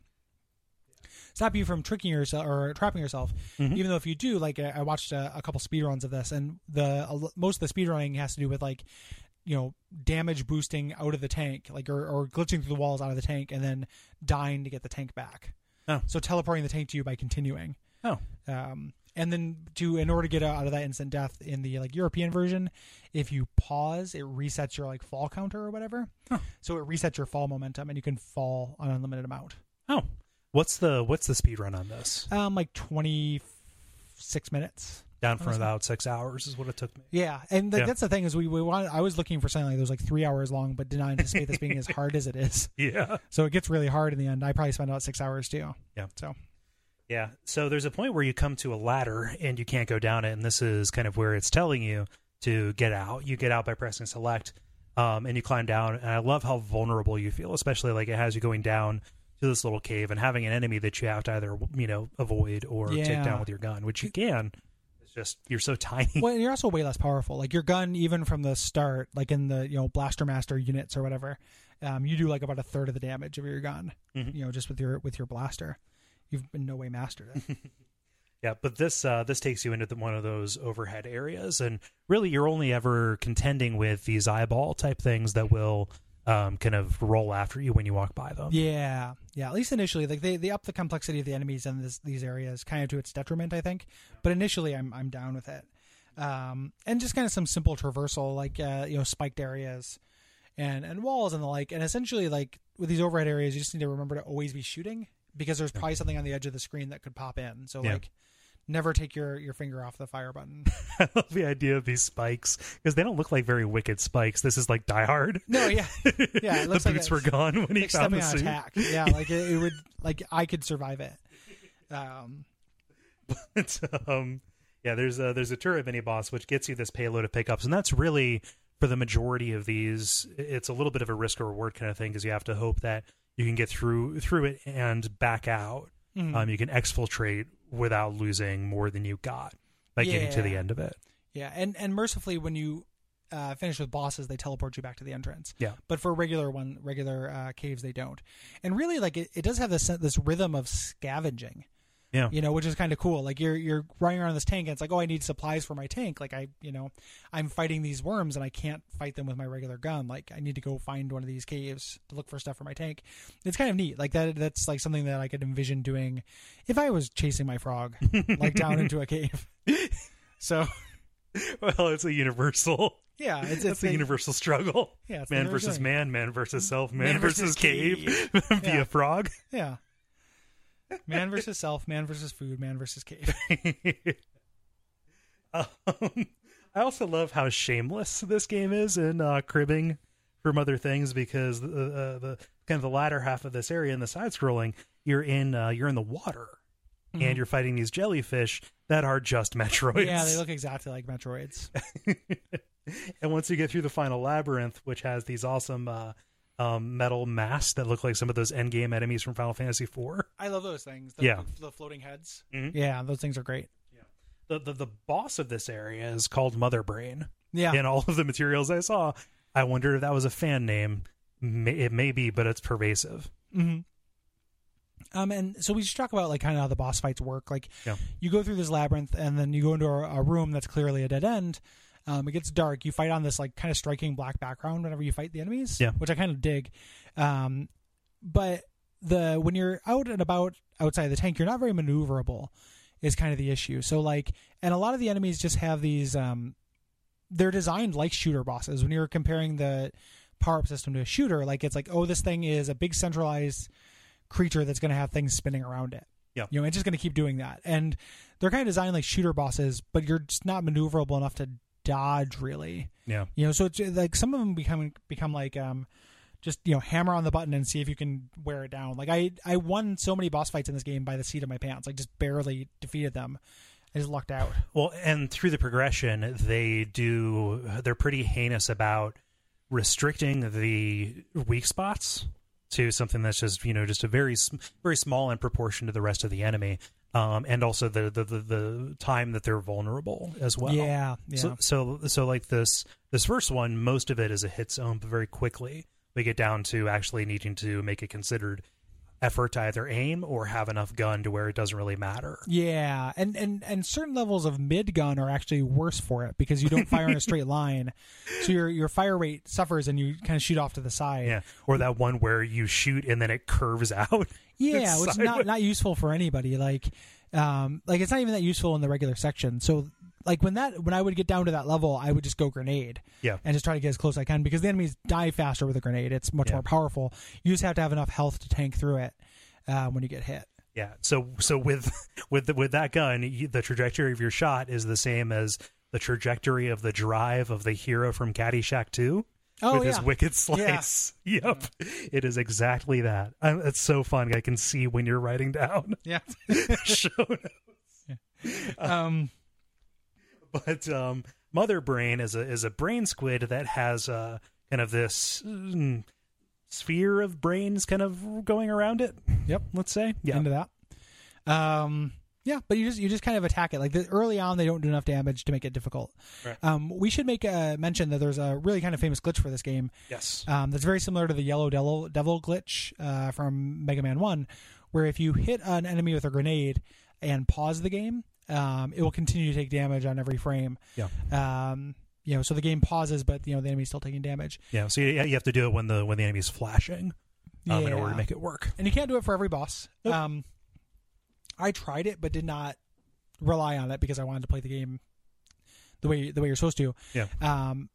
Speaker 3: stop you from tricking yourself or trapping yourself. Even though if you do, like I I watched a, a couple speedruns of this, and the a lo- most of the speedrunning has to do with like you know damage boosting out of the tank, like or, or glitching through the walls out of the tank, and then dying to get the tank back.
Speaker 4: Oh.
Speaker 3: So teleporting the tank to you by continuing.
Speaker 4: Oh,
Speaker 3: Um, and then to in order to get out of that instant death in the like European version, if you pause, it resets your like fall counter or whatever. So it resets your fall momentum, and you can fall an unlimited amount,
Speaker 4: oh. What's the what's the speed run on this?
Speaker 3: um, like twenty six minutes.
Speaker 4: Down for about six hours is what it took me.
Speaker 3: Yeah, and like
Speaker 4: Yeah.
Speaker 3: that's the thing is we we wanted, I was looking for something like that was like three hours long, but did not anticipate this being as hard as it is.
Speaker 4: Yeah.
Speaker 3: So it gets really hard in the end. I probably spent about six hours too.
Speaker 4: Yeah.
Speaker 3: So
Speaker 4: Yeah. So there's a point where you come to a ladder and you can't go down it, and this is kind of where it's telling you to get out. You get out by pressing select, um, and you climb down. And I love how vulnerable you feel, especially like it has you going down to this little cave and having an enemy that you have to either you know avoid or take
Speaker 3: Yeah.
Speaker 4: down with your gun, which you can. It's just you're so tiny.
Speaker 3: well, and you're also way less powerful. Like your gun, even from the start, like in the you know blaster master units or whatever, um, you do like about a third of the damage of your gun. You know, just with your with your blaster, you've in no way mastered it.
Speaker 4: Yeah, but this uh, this takes you into the, one of those overhead areas, and really, you're only ever contending with these eyeball type things that will um, kind of roll after you when you walk by them.
Speaker 3: yeah, yeah. At least initially, like they, they up the complexity of the enemies in this, these areas, kind of to its detriment, I think. But initially, I'm I'm down with it. Um, and just kind of some simple traversal, like uh, you know, spiked areas, and and walls and the like. And essentially, like with these overhead areas, you just need to remember to always be shooting because there's probably something on the edge of the screen that could pop in. So
Speaker 4: Yeah.
Speaker 3: like, never take your your finger off the fire button.
Speaker 4: I love the idea of these spikes because they don't look like very wicked spikes. This is like Die Hard.
Speaker 3: No, yeah, yeah. It
Speaker 4: the
Speaker 3: looks
Speaker 4: boots
Speaker 3: like
Speaker 4: were gone when he
Speaker 3: like
Speaker 4: found
Speaker 3: stepping
Speaker 4: the
Speaker 3: on
Speaker 4: suit.
Speaker 3: attack. Yeah, like it, it would like I could survive it. Um,
Speaker 4: It's, um, yeah, there's a, there's a turret mini boss which gets you this payload of pickups, and that's really for the majority of these. It's a little bit of a risk or reward kind of thing because you have to hope that you can get through through it and back out.
Speaker 3: Mm-hmm.
Speaker 4: Um, you can exfiltrate without losing more than you got by getting to the
Speaker 3: Yeah.
Speaker 4: end of it.
Speaker 3: yeah, and and mercifully, when you uh, finish with bosses, they teleport you back to the entrance.
Speaker 4: Yeah.
Speaker 3: but for regular one, regular uh, caves, they don't. And really, like it, it does have this this rhythm of scavenging.
Speaker 4: Yeah.
Speaker 3: you know, which is kind of cool. Like you're you're running around this tank, and it's like, oh, I need supplies for my tank. Like I, you know, I'm fighting these worms, and I can't fight them with my regular gun. Like I need to go find one of these caves to look for stuff for my tank. It's kind of neat. Like that. That's like something that I could envision doing if I was chasing my frog, like down into a cave. So
Speaker 4: Well, it's a universal.
Speaker 3: yeah, it's
Speaker 4: It's
Speaker 3: it's
Speaker 4: a universal struggle.
Speaker 3: Yeah, it's the
Speaker 4: man
Speaker 3: universal
Speaker 4: versus
Speaker 3: thing.
Speaker 4: man, man versus self, man, versus, cave, be
Speaker 3: Yeah.
Speaker 4: a frog.
Speaker 3: yeah. Man versus self, man versus food, man versus cave.
Speaker 4: um, I also love how shameless this game is in uh, cribbing from other things because the, uh, the kind of the latter half of this area in the side scrolling, you're in uh, you're in the water and you're fighting these jellyfish that are just Metroids.
Speaker 3: Mm-hmm. yeah, they look exactly like Metroids.
Speaker 4: and once you get through the final labyrinth, which has these awesome uh, um, metal masks that look like some of those end game enemies from Final Fantasy IV.
Speaker 3: I love those things.
Speaker 4: the- Yeah.
Speaker 3: the floating heads.
Speaker 4: Mhm.
Speaker 3: Yeah, those things are great.
Speaker 4: The, the the boss of this area is called Mother Brain.
Speaker 3: Yeah,
Speaker 4: in all of the materials I saw. I wondered if that was a fan name. May- It may be, but it's pervasive.
Speaker 3: Mm-hmm. Um, and so we should talk about like kind of how the boss fights work. Like,
Speaker 4: Yeah.
Speaker 3: you go through this labyrinth, and then you go into a, a room that's clearly a dead end. Um, it gets dark. You fight on this like kind of striking black background whenever you fight the enemies.
Speaker 4: Yeah.
Speaker 3: which I kind of dig. Um, but the when you're out and about outside the tank, you're not very maneuverable. Is kind of the issue. So like, and a lot of the enemies just have these. Um, they're designed like shooter bosses. When you're comparing the power up system to a shooter, like it's like, oh, this thing is a big centralized creature that's going to have things spinning around it.
Speaker 4: Yeah.
Speaker 3: You know, it's just going to keep doing that. And they're kind of designed like shooter bosses, but you're just not maneuverable enough to dodge really.
Speaker 4: Yeah.
Speaker 3: You know, so it's like some of them become become like um just you know hammer on the button and see if you can wear it down. Like I I won so many boss fights in this game by the seat of my pants. Like just barely defeated them. I just lucked out.
Speaker 4: Well, and through the progression, they do, they're pretty heinous about restricting the weak spots to something that's just, you know, just a very, sm- very small in proportion to the rest of the enemy. Um, and also the, the, the, the time that they're vulnerable as well.
Speaker 3: Yeah, yeah.
Speaker 4: So, so, so like this, this first one, most of it is a hit zone, but very quickly we get down to actually needing to make a considered effort to either aim or have enough gun to where it doesn't really matter.
Speaker 3: Yeah, and and and certain levels of mid gun are actually worse for it because you don't fire in a straight line, so your your fire rate suffers and you kind of shoot off to the side.
Speaker 4: Yeah, or that one where you shoot and then it curves out.
Speaker 3: yeah, which is not
Speaker 4: Sideways.
Speaker 3: not useful for anybody. Like, um, like it's not even that useful in the regular section. So like when that when I would get down to that level, I would just go grenade.
Speaker 4: Yeah.
Speaker 3: and just try to get as close as I can because the enemies die faster with a grenade. It's much
Speaker 4: Yeah.
Speaker 3: more powerful. You just have to have enough health to tank through it uh, when you get hit.
Speaker 4: Yeah. So so with with the, with that gun, you, the trajectory of your shot is the same as the trajectory of the drive of the hero from Caddyshack Two.
Speaker 3: Oh,
Speaker 4: with his
Speaker 3: yeah.
Speaker 4: wicked slice. Yep. It is exactly that. I, it's so fun. I can see when you're writing down
Speaker 3: Yeah.
Speaker 4: show notes.
Speaker 3: um.
Speaker 4: but um, mother brain is a is a brain squid that has uh, kind of this mm, sphere of brains kind of going around it.
Speaker 3: Yep.
Speaker 4: Let's say, yeah,
Speaker 3: into that. Um, yeah, but you just you just kind of attack it. Like the, early on, they don't do enough damage to make it difficult.
Speaker 4: Right.
Speaker 3: Um, we should make a mention that there's a really kind of famous glitch for this game
Speaker 4: yes,
Speaker 3: um, that's very similar to the Yellow Devil, Devil glitch uh, from Mega Man One, where if you hit an enemy with a grenade and pause the game, um, it will continue to take damage on every frame.
Speaker 4: yeah,
Speaker 3: Um, you know, so the game pauses, but you know the enemy's still taking damage.
Speaker 4: yeah. So you, you have to do it when the when the enemy's flashing um, in order
Speaker 3: Yeah.
Speaker 4: to make it work.
Speaker 3: and you can't do it for every boss. Um, I tried it, but did not rely on it because I wanted to play the game the way the way you're supposed to.
Speaker 4: Yeah.
Speaker 3: Um,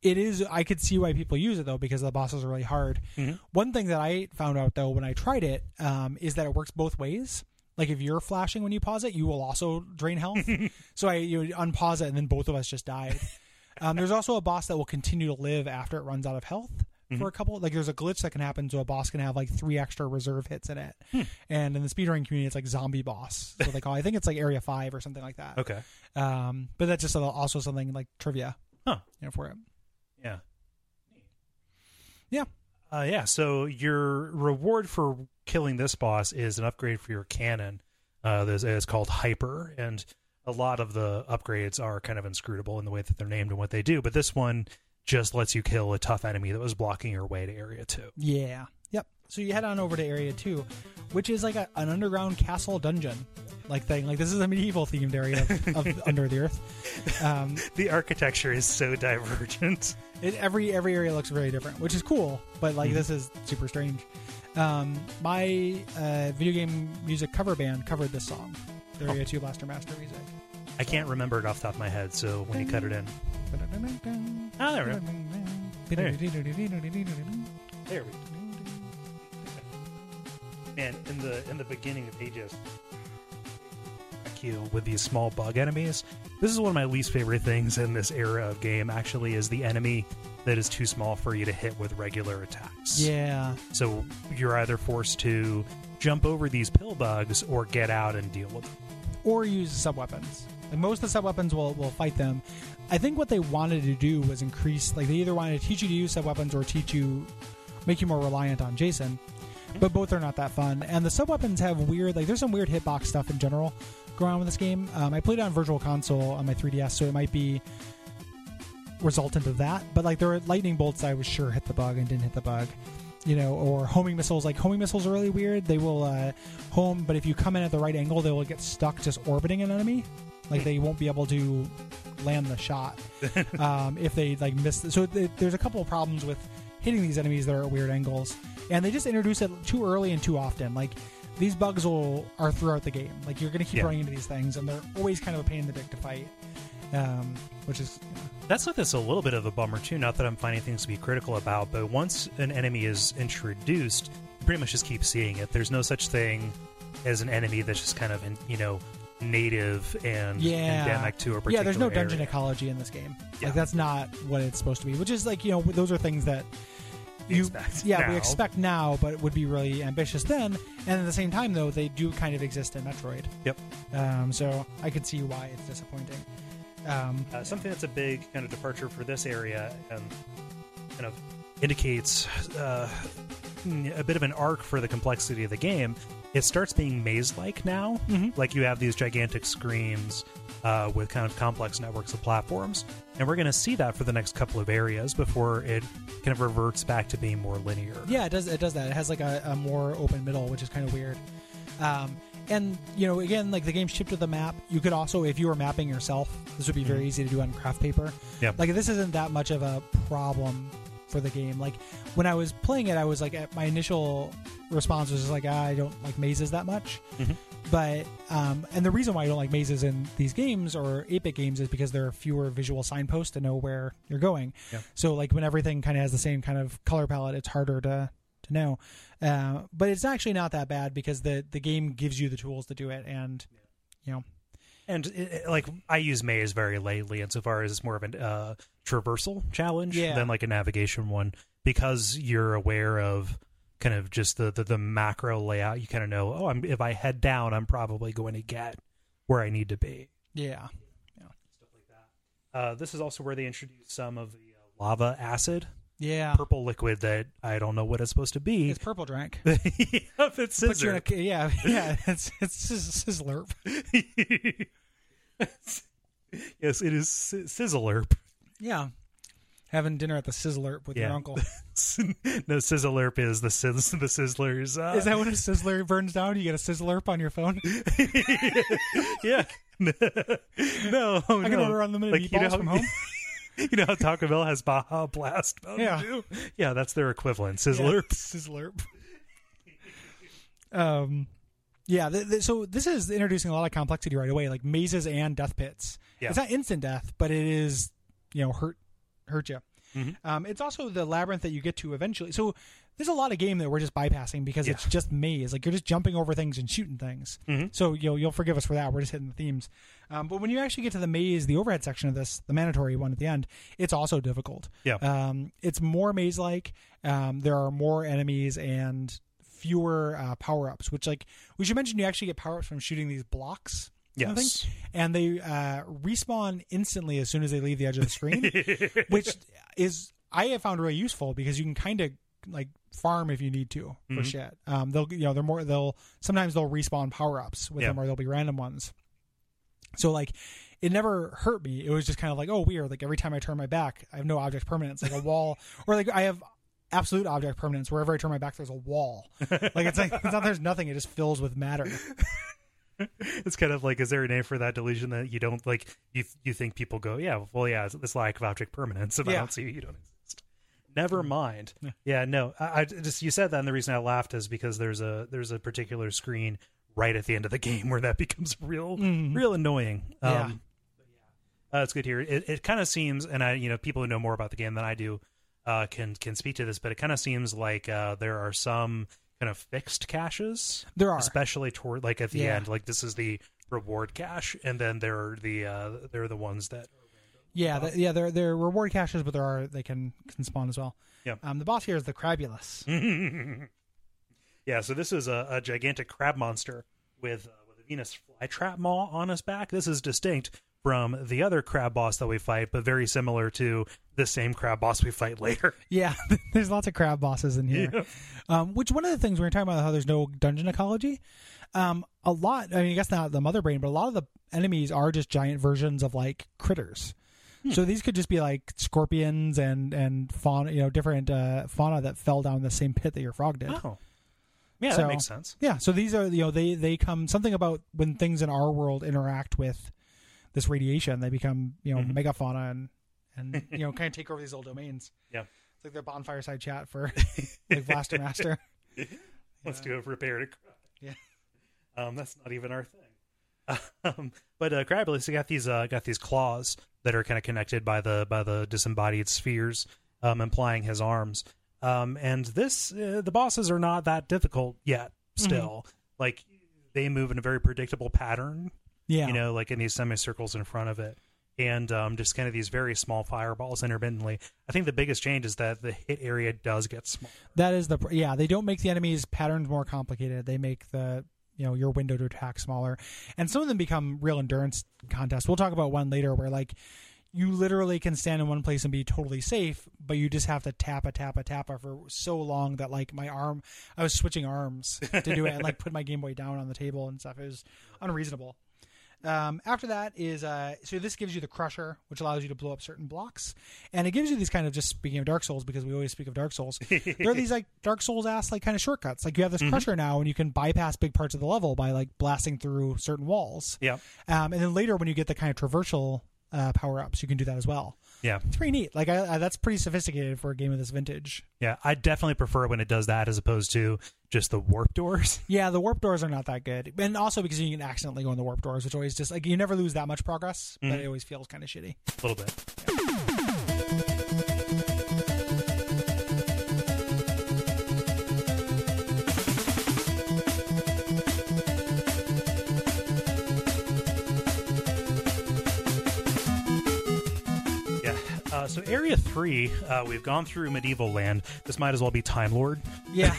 Speaker 3: it is. I could see why people use it though because the bosses are really hard.
Speaker 4: Mhm.
Speaker 3: One thing that I found out though when I tried it um, is that it works both ways. Like if you're flashing when you pause it, you will also drain health. so I you unpause it, and then both of us just died. Um, there's also a boss that will continue to live after it runs out of health
Speaker 4: Mm-hmm.
Speaker 3: for a couple. Like there's a glitch that can happen, so a boss can have like three extra reserve hits in it.
Speaker 4: Hmm.
Speaker 3: And in the speedrunning community, it's like zombie boss. So they call. it. I think it's like area five or something like that.
Speaker 4: Okay,
Speaker 3: Um, but that's just also something like trivia.
Speaker 4: Huh.
Speaker 3: You know, for it.
Speaker 4: yeah,
Speaker 3: Yeah.
Speaker 4: uh, yeah. So your reward for killing this boss is an upgrade for your cannon. Uh, this is called Hyper, and a lot of the upgrades are kind of inscrutable in the way that they're named and what they do. But this one just lets you kill a tough enemy that was blocking your way to Area Two.
Speaker 3: Yeah. Yep. So you head on over to Area Two, which is like a, an underground castle dungeon, like thing. Like this is a medieval themed area of, of under the earth. Um,
Speaker 4: The architecture is so divergent.
Speaker 3: It, every every area looks very different, which is cool. But
Speaker 4: Mm-hmm.
Speaker 3: like this is super strange. Um, my uh, video game music cover band covered this song, the
Speaker 4: Oh.
Speaker 3: Area Two Blaster Master music.
Speaker 4: I can't remember it off the top of my head. So when you cut it in, Ah, there we go. there we Man, in the in the beginning of Aegis, you with these small bug enemies. This is one of my least favorite things in this era of game. Actually, is the enemy that is too small for you to hit with regular attacks.
Speaker 3: Yeah,
Speaker 4: So you're either forced to jump over these pill bugs or get out and deal with them.
Speaker 3: or use sub weapons. Like most of the sub weapons will will fight them. I think what they wanted to do was increase. Like they either wanted to teach you to use sub weapons or teach you, make you more reliant on Jason. But both are not that fun. And the sub weapons have weird. Like there's some weird hitbox stuff in general going on with this game. Um, I played it on Virtual Console on my 3DS, so it might be resultant of that. But like there were lightning bolts that I was sure hit the bug and didn't hit the bug. You know, or homing missiles. Like homing missiles are really weird. They will uh, home, but if you come in at the right angle, they will get stuck just orbiting an enemy. Like they won't be able to land the shot um, if they like miss. So th- there's a couple of problems with hitting these enemies that are at weird angles, and they just introduce it too early and too often. Like these bugs will are throughout the game. Like you're gonna keep
Speaker 4: Yeah.
Speaker 3: running into these things, and they're always kind of a pain in the dick to fight. Um, which is
Speaker 4: That's not that's a little bit of a bummer too. Not that I'm finding things to be critical about, but once an enemy is introduced, you pretty much just keep seeing it. There's no such thing as an enemy that's just kind of in, you know native and
Speaker 3: yeah.
Speaker 4: endemic to a particular
Speaker 3: yeah, there's no dungeon
Speaker 4: area.
Speaker 3: ecology in this game.
Speaker 4: Yeah.
Speaker 3: Like that's not what it's supposed to be. Which is like you know those are things that
Speaker 4: We
Speaker 3: you
Speaker 4: expect
Speaker 3: yeah we
Speaker 4: now.
Speaker 3: expect now, but would be really ambitious then. And at the same time though, they do kind of exist in Metroid.
Speaker 4: Yep.
Speaker 3: Um, so I could see why it's disappointing. Um,
Speaker 4: Uh, something that's a big kind of departure for this area and kind of indicates uh, a bit of an arc for the complexity of the game. It starts being maze-like now. Like you have these gigantic screens uh, with kind of complex networks of platforms, and we're going to see that for the next couple of areas before it kind of reverts back to being more linear.
Speaker 3: Yeah, it does. It does that. It has like a, a more open middle, which is kind of weird. Um, and you know, again, like the game shipped with the map. You could also, if you were mapping yourself, this would be very easy to do on craft paper.
Speaker 4: Yeah.
Speaker 3: Like this isn't that much of a problem for the game. Like when I was playing it, I was like, at my initial response was just like, "Ah, I don't like mazes that much. But um, and the reason why I don't like mazes in these games or 8-bit games is because there are fewer visual signposts to know where you're going.
Speaker 4: Yeah.
Speaker 3: So like when everything kind of has the same kind of color palette, it's harder to to know. Uh, but it's actually not that bad because the the game gives you the tools to do it, and you know,
Speaker 4: And it, it- like I use maze very lately, insofar as it's more of a uh, traversal challenge
Speaker 3: Yeah.
Speaker 4: than like a navigation one, because you're aware of kind of just the the, the macro layout. You kind of know, oh, I'm, if I head down, I'm probably going to get where I need to be.
Speaker 3: yeah,
Speaker 4: Uh, this is also where they introduce some of the uh, lava acid,
Speaker 3: yeah.
Speaker 4: purple liquid that I don't know what it's supposed to be.
Speaker 3: It's purple drink.
Speaker 4: yep, it's
Speaker 3: Puts you in
Speaker 4: scissor.
Speaker 3: a- yeah, yeah. It's it's sizz- sizzlerp.
Speaker 4: yes, it is si- sizzler.
Speaker 3: Yeah, having dinner at the sizzlerp with your
Speaker 4: Yeah.
Speaker 3: uncle.
Speaker 4: no, Sizzlerp is the sizz- the Sizzlers. Uh,
Speaker 3: Is that when a sizzler burns down? You get a sizzlerp on your phone.
Speaker 4: yeah? no,
Speaker 3: I can
Speaker 4: no.
Speaker 3: order unlimited
Speaker 4: Like,
Speaker 3: meatballs
Speaker 4: you know how-
Speaker 3: from home.
Speaker 4: You know how Taco Bell has Baja Blast? Mountain
Speaker 3: Yeah.
Speaker 4: Dew? yeah, that's their equivalent.
Speaker 3: Yeah,
Speaker 4: Sizzler.
Speaker 3: Sizzlerp. um, yeah. Th- th- so this is introducing a lot of complexity right away, like mazes and death pits.
Speaker 4: Yeah.
Speaker 3: It's not instant death, but it is, you know, hurt hurt you.
Speaker 4: Mm-hmm.
Speaker 3: Um, it's also the labyrinth that you get to eventually. So there's a lot of game that we're just bypassing because it's
Speaker 4: Yeah. Mm-hmm.
Speaker 3: just maze. Like you're just jumping over things and shooting things. So you'll you'll forgive us for that. We're just hitting the themes. Um, but when you actually get to the maze, the overhead section of this, the mandatory one at the end, it's also difficult.
Speaker 4: Yeah.
Speaker 3: Um, it's more maze like. Um, there are more enemies and fewer uh, power ups. Which like we should mention, you actually get power ups from shooting these blocks. I think.
Speaker 4: Yes.
Speaker 3: And they uh, respawn instantly as soon as they leave the edge of the screen, which is I have found really useful because you can kind of like farm if you need to
Speaker 4: Mm-hmm.
Speaker 3: for shit. Um, they'll you know they're more they'll sometimes they'll respawn power ups with
Speaker 4: Yeah.
Speaker 3: them or they'll be random ones. So like it never hurt me. It was just kind of like oh weird. Like every time I turn my back, I have no object permanence, like a wall, or like I have absolute object permanence. Wherever I turn my back, there's a wall. Like it's like it's not there's nothing. It just fills with matter.
Speaker 4: It's kind of like, is there a name for that delusion that you don't like? You you think people go, yeah, well, yeah, it's this lack of object permanence. If I
Speaker 3: Yeah. Hmm.
Speaker 4: don't see you, you don't exist. Never mind. Yeah, no, I, I just you said that, and the reason I laughed is because there's a there's a particular screen right at the end of the game where that becomes real real annoying. Um,
Speaker 3: Mm-hmm. Yeah.
Speaker 4: but yeah. Uh, it's good here. It, it kind of seems, and I, you know, people who know more about the game than I do uh, can can speak to this, but it kind of seems like uh, there are some kind of fixed caches
Speaker 3: There are.
Speaker 4: especially toward like at the
Speaker 3: Yeah.
Speaker 4: end like this is the reward cache and then there are the uh there are the ones that
Speaker 3: Yeah, the, yeah, they're they're reward caches, but there are they can can spawn as well.
Speaker 4: Yeah.
Speaker 3: Um, the boss here is the Crabulus.
Speaker 4: yeah so this is a, a gigantic crab monster with uh, with a venus flytrap maw on his back this is distinct from the other crab boss that we fight but very similar to the same crab boss we fight later
Speaker 3: Yeah, there's lots of crab bosses in here.
Speaker 4: Yeah.
Speaker 3: Um, which one of the things we were talking about how there's no dungeon ecology. Um, a lot. I mean, I guess not the mother brain, but a lot of the enemies are just giant versions of like critters. So these could just be like scorpions and and fauna, you know, different uh, fauna that fell down the same pit that your frog did.
Speaker 4: oh yeah
Speaker 3: So-
Speaker 4: that makes sense
Speaker 3: Yeah, so these are you know they they come something about when things in our world interact with this radiation, they become you know megafauna and and you know kind of take over these old domains.
Speaker 4: Yeah.
Speaker 3: it's like the bonfire side chat for like Blaster Master.
Speaker 4: let's do a repair to crab
Speaker 3: Yeah.
Speaker 4: um that's not even our thing um, but uh, Crabulus got these uh, got these claws that are kind of connected by the by the disembodied spheres, um, implying his arms.
Speaker 3: Mm-hmm.
Speaker 4: Um, and this uh, the bosses are not that difficult yet. Still, like they move in a very predictable pattern.
Speaker 3: Yeah.
Speaker 4: You know, like in these semicircles in front of it, and um, just kind of these very small fireballs intermittently. I think the biggest change is that the hit area does get small.
Speaker 3: That is the pr- yeah. They don't make the enemies' patterns more complicated. They make the you know your window to attack smaller, and some of them become real endurance contests. We'll talk about one later where like you literally can stand in one place and be totally safe, but you just have to tap a tap a tap for so long that like my arm, I was switching arms to do it and like put my Game Boy down on the table and stuff. It was unreasonable. Um, after that is uh, so this gives you the crusher, which allows you to blow up certain blocks, and it gives you these kind of just speaking of Dark Souls because we always speak of Dark Souls. there are these like Dark Souls ass like kind of shortcuts. Like you have this crusher now, and you can bypass big parts of the level by like blasting through certain walls.
Speaker 4: Yeah.
Speaker 3: Um, and then later when you get the kind of traversal uh, power ups, you can do that as well.
Speaker 4: Yeah.
Speaker 3: It's pretty neat. Like I, I, that's pretty sophisticated for a game of this vintage.
Speaker 4: Yeah. I definitely prefer when it does that as opposed to just the warp doors.
Speaker 3: Yeah, the warp doors are not that good, and also because you can accidentally go in the warp doors, which always just like you never lose that much progress, but it always feels kind of shitty.
Speaker 4: a little bit. Yeah. Uh, so area three, uh, we've gone through medieval land. This might as well be Time Lord.
Speaker 3: Yeah.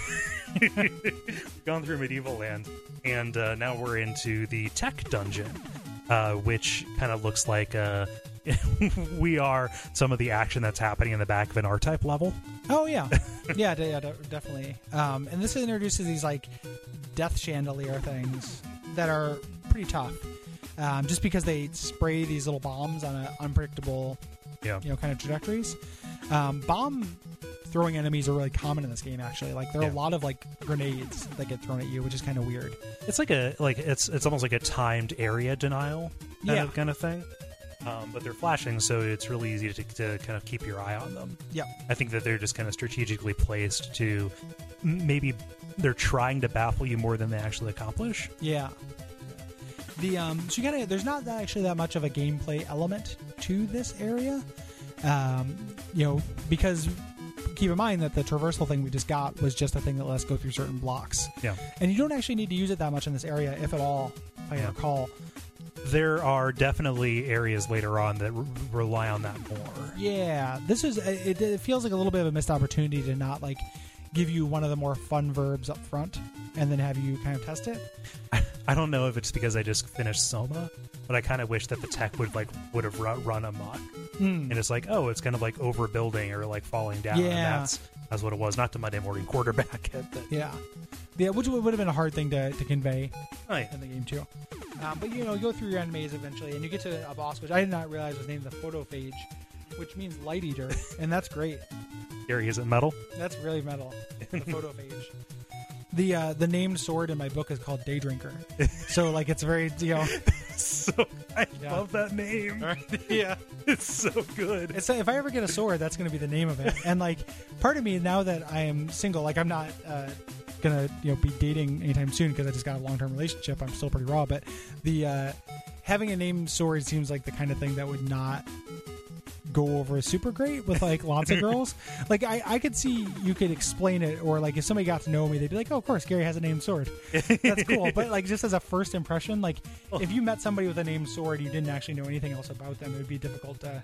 Speaker 4: gone through medieval land, and uh, now we're into the tech dungeon, uh, which kind of looks like uh, we are some of the action that's happening in the back of an R-type level.
Speaker 3: Oh yeah, yeah, de- yeah, de- definitely. Um, and this introduces these like death chandelier things that are pretty tough, um, just because they spray these little bombs on a unpredictable,
Speaker 4: Yeah,
Speaker 3: you know, kind of trajectories. Um, bomb throwing enemies are really common in this game. Actually, like there are
Speaker 4: Yeah.
Speaker 3: a lot of like grenades that get thrown at you, which is kind of weird.
Speaker 4: it's like a like it's it's almost like a timed area denial kind
Speaker 3: Yeah.
Speaker 4: of kind of thing. Um, but they're flashing, so it's really easy to, to kind of keep your eye on them.
Speaker 3: Yeah,
Speaker 4: I think that they're just kind of strategically placed to m- maybe they're trying to baffle you more than they actually accomplish.
Speaker 3: yeah. The um, so you gotta. There's not that actually that much of a gameplay element to this area. um, you know, because keep in mind that the traversal thing we just got was just a thing that lets us go through certain blocks,
Speaker 4: Yeah.
Speaker 3: and you don't actually need to use it that much in this area, if at all, if I
Speaker 4: Yeah.
Speaker 3: recall.
Speaker 4: There are definitely areas later on that re- rely on that more.
Speaker 3: Yeah, this is it, it. Feels like a little bit of a missed opportunity to not like give you one of the more fun verbs up front and then have you kind of test it.
Speaker 4: I don't know if it's because I just finished Soma, but I kind of wish that the tech would like would have run, run amok.
Speaker 3: Hmm.
Speaker 4: And it's like, oh, it's kind of like overbuilding or like falling down. And
Speaker 3: Yeah.
Speaker 4: that's that's what it was. Not the Monday morning quarterback. it, but-
Speaker 3: Yeah, yeah, which would would have been a hard thing to to convey
Speaker 4: oh, yeah.
Speaker 3: in the game too. Um, but you know, you go through your enemies eventually, and you get to a boss which I did not realize was named the Photophage, which means light eater, and that's great.
Speaker 4: Gary isn't metal.
Speaker 3: That's really metal. The photophage. The uh, the named sword in my book is called Day Drinker. So like it's very you know
Speaker 4: So I
Speaker 3: Yeah.
Speaker 4: love that name.
Speaker 3: yeah.
Speaker 4: It's so good.
Speaker 3: It's if I ever get a sword, that's going to be the name of it. And like part of me now that I am single, like I'm not uh, gonna you know be dating anytime soon because I just got a long term relationship. I'm still pretty raw, but the uh, having a named sword seems like the kind of thing that would not go over super great with like lots of girls. Like I, I could see you could explain it or like if somebody got to know me, they'd be like, Oh of course Gary has a named sword. That's cool. But like just as a first impression, like if you met somebody with a named sword you didn't actually know anything else about them, it would be difficult to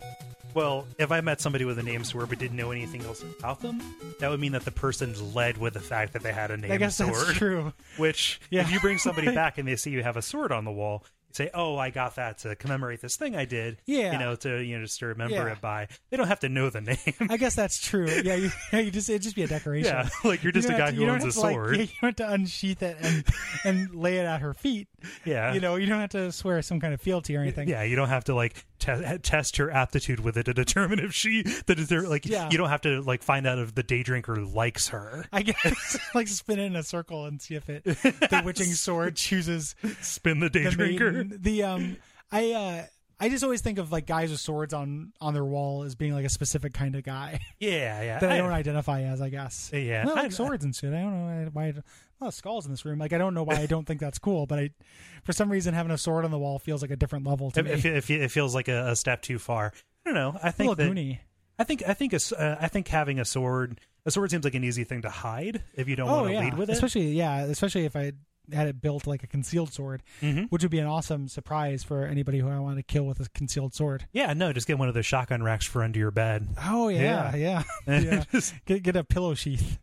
Speaker 4: Well, if I met somebody with a name sword but didn't know anything else about them, that would mean that the person led with the fact that they had a name
Speaker 3: I guess
Speaker 4: sword.
Speaker 3: that's true.
Speaker 4: Which,
Speaker 3: Yeah.
Speaker 4: if you bring somebody back and they see you have a sword on the wall, you say, "Oh, I got that to commemorate this thing I did."
Speaker 3: Yeah.
Speaker 4: you know, to you know, just to remember
Speaker 3: Yeah.
Speaker 4: it by. They don't have to know the name.
Speaker 3: I guess that's true. Yeah, you, yeah, you just it'd just be a decoration.
Speaker 4: yeah, like you're just
Speaker 3: You
Speaker 4: a
Speaker 3: don't
Speaker 4: guy
Speaker 3: have to-
Speaker 4: who
Speaker 3: you don't
Speaker 4: owns a
Speaker 3: have to, like,
Speaker 4: sword.
Speaker 3: yeah, you don't have to unsheath it and and lay it at her feet.
Speaker 4: yeah,
Speaker 3: You know, you don't have to swear some kind of fealty or anything.
Speaker 4: Yeah, you don't have to like te- test her aptitude with it to determine if she that is there. Like,
Speaker 3: Yeah.
Speaker 4: you don't have to like find out if the day drinker likes her.
Speaker 3: I guess like spin it in a circle and see if it the witching sword chooses
Speaker 4: Spin the day
Speaker 3: the
Speaker 4: drinker.
Speaker 3: maiden. The um, I uh, I just always think of like guys with swords on on their wall as being like a specific kind of guy
Speaker 4: Yeah, yeah.
Speaker 3: that I, don't identify as. I guess.
Speaker 4: Yeah.
Speaker 3: I
Speaker 4: I-
Speaker 3: like swords and shit. I don't know why. why a lot of skulls in this room. Like I don't know why I don't think that's cool, but I, for some reason, having a sword on the wall feels like a different level to
Speaker 4: If,
Speaker 3: me.
Speaker 4: if, if it feels like a, a step too far, I don't know. I
Speaker 3: a
Speaker 4: think
Speaker 3: little
Speaker 4: that,
Speaker 3: goony.
Speaker 4: I think I think a s uh, I think having a sword a sword seems like an easy thing to hide if you don't
Speaker 3: Oh
Speaker 4: want to
Speaker 3: yeah,
Speaker 4: lead with it.
Speaker 3: especially yeah, especially if I had it built like a concealed sword,
Speaker 4: Mhm.
Speaker 3: which would be an awesome surprise for anybody who I want to kill with a concealed sword.
Speaker 4: Yeah, no, just get one of those shotgun racks for under your bed.
Speaker 3: Oh yeah, yeah, yeah.
Speaker 4: Just-
Speaker 3: Get get a pillow sheath.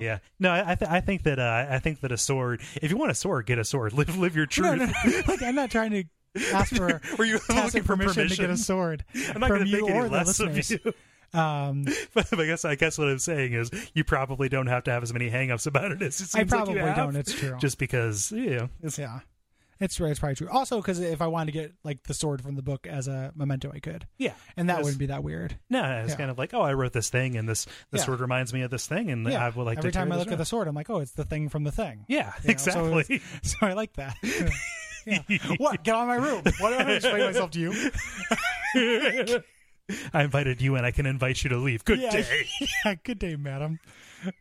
Speaker 4: yeah. No, I I th- I think that uh, I think that a sword. If you want a sword, get a sword. Live live your truth.
Speaker 3: No, no, no. Like I'm not trying to ask for
Speaker 4: Were you looking
Speaker 3: tacit
Speaker 4: for
Speaker 3: permission, to get
Speaker 4: permission?
Speaker 3: a sword
Speaker 4: I'm not
Speaker 3: from
Speaker 4: going to
Speaker 3: you
Speaker 4: think
Speaker 3: or
Speaker 4: any
Speaker 3: the
Speaker 4: less of
Speaker 3: listeners.
Speaker 4: you.
Speaker 3: Um,
Speaker 4: But I guess I guess what I'm saying is you probably don't have to have as many hangups about it as it seems
Speaker 3: I
Speaker 4: like you
Speaker 3: probably
Speaker 4: have,
Speaker 3: don't. It's true.
Speaker 4: Just because you know, it's,
Speaker 3: yeah, it's it's probably true. Also, because if I wanted to get like the sword from the book as a memento, I could,
Speaker 4: yeah,
Speaker 3: and that
Speaker 4: It's-
Speaker 3: wouldn't be that weird.
Speaker 4: No, no, it's
Speaker 3: Yeah.
Speaker 4: kind of like, oh, I wrote this thing, and this this
Speaker 3: Yeah.
Speaker 4: sword reminds me of this thing, and
Speaker 3: yeah.
Speaker 4: I would like
Speaker 3: every
Speaker 4: to.
Speaker 3: time
Speaker 4: carry
Speaker 3: I
Speaker 4: this
Speaker 3: look at
Speaker 4: around.
Speaker 3: the sword, I'm like, oh, it's the thing from the thing.
Speaker 4: Yeah,
Speaker 3: You know, so
Speaker 4: exactly.
Speaker 3: it's- So, I like that. Yeah. What? Get out of my room. What do I have to explain myself to you?
Speaker 4: I invited you, and I can invite you to leave. Good
Speaker 3: Yeah.
Speaker 4: day.
Speaker 3: yeah, good day, madam.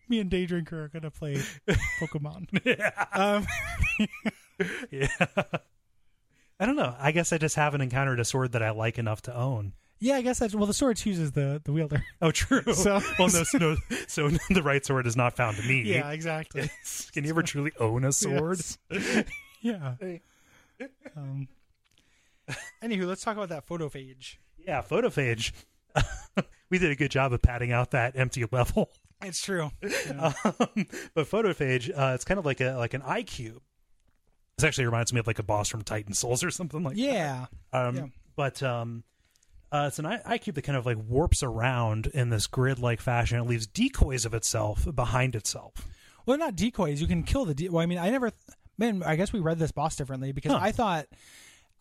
Speaker 3: Me and Day Drinker are gonna play Pokemon.
Speaker 4: yeah. I don't know. I guess I just haven't encountered a sword that I like enough to own.
Speaker 3: Yeah, I guess that's well. The sword chooses the the wielder.
Speaker 4: Oh, true.
Speaker 3: So-
Speaker 4: well, no, no, so the right sword is not found to me.
Speaker 3: exactly.
Speaker 4: Can you ever truly own a sword?
Speaker 3: yeah. Um. Anywho, let's talk about that photophage.
Speaker 4: Yeah, photophage. we did a good job of padding out that empty level.
Speaker 3: It's true.
Speaker 4: Um, but photophage, uh, it's kind of like a like an eye cube. This actually reminds me of like a boss from Titan Souls or something like.
Speaker 3: Yeah.
Speaker 4: Um,
Speaker 3: yeah.
Speaker 4: But um, uh, it's an eye, eye cube that kind of like warps around in this grid like fashion. It leaves decoys of itself behind itself.
Speaker 3: Well, not decoys. You can kill the. De- well, I mean, I never. Man, I guess we read this boss differently because
Speaker 4: Huh.
Speaker 3: I thought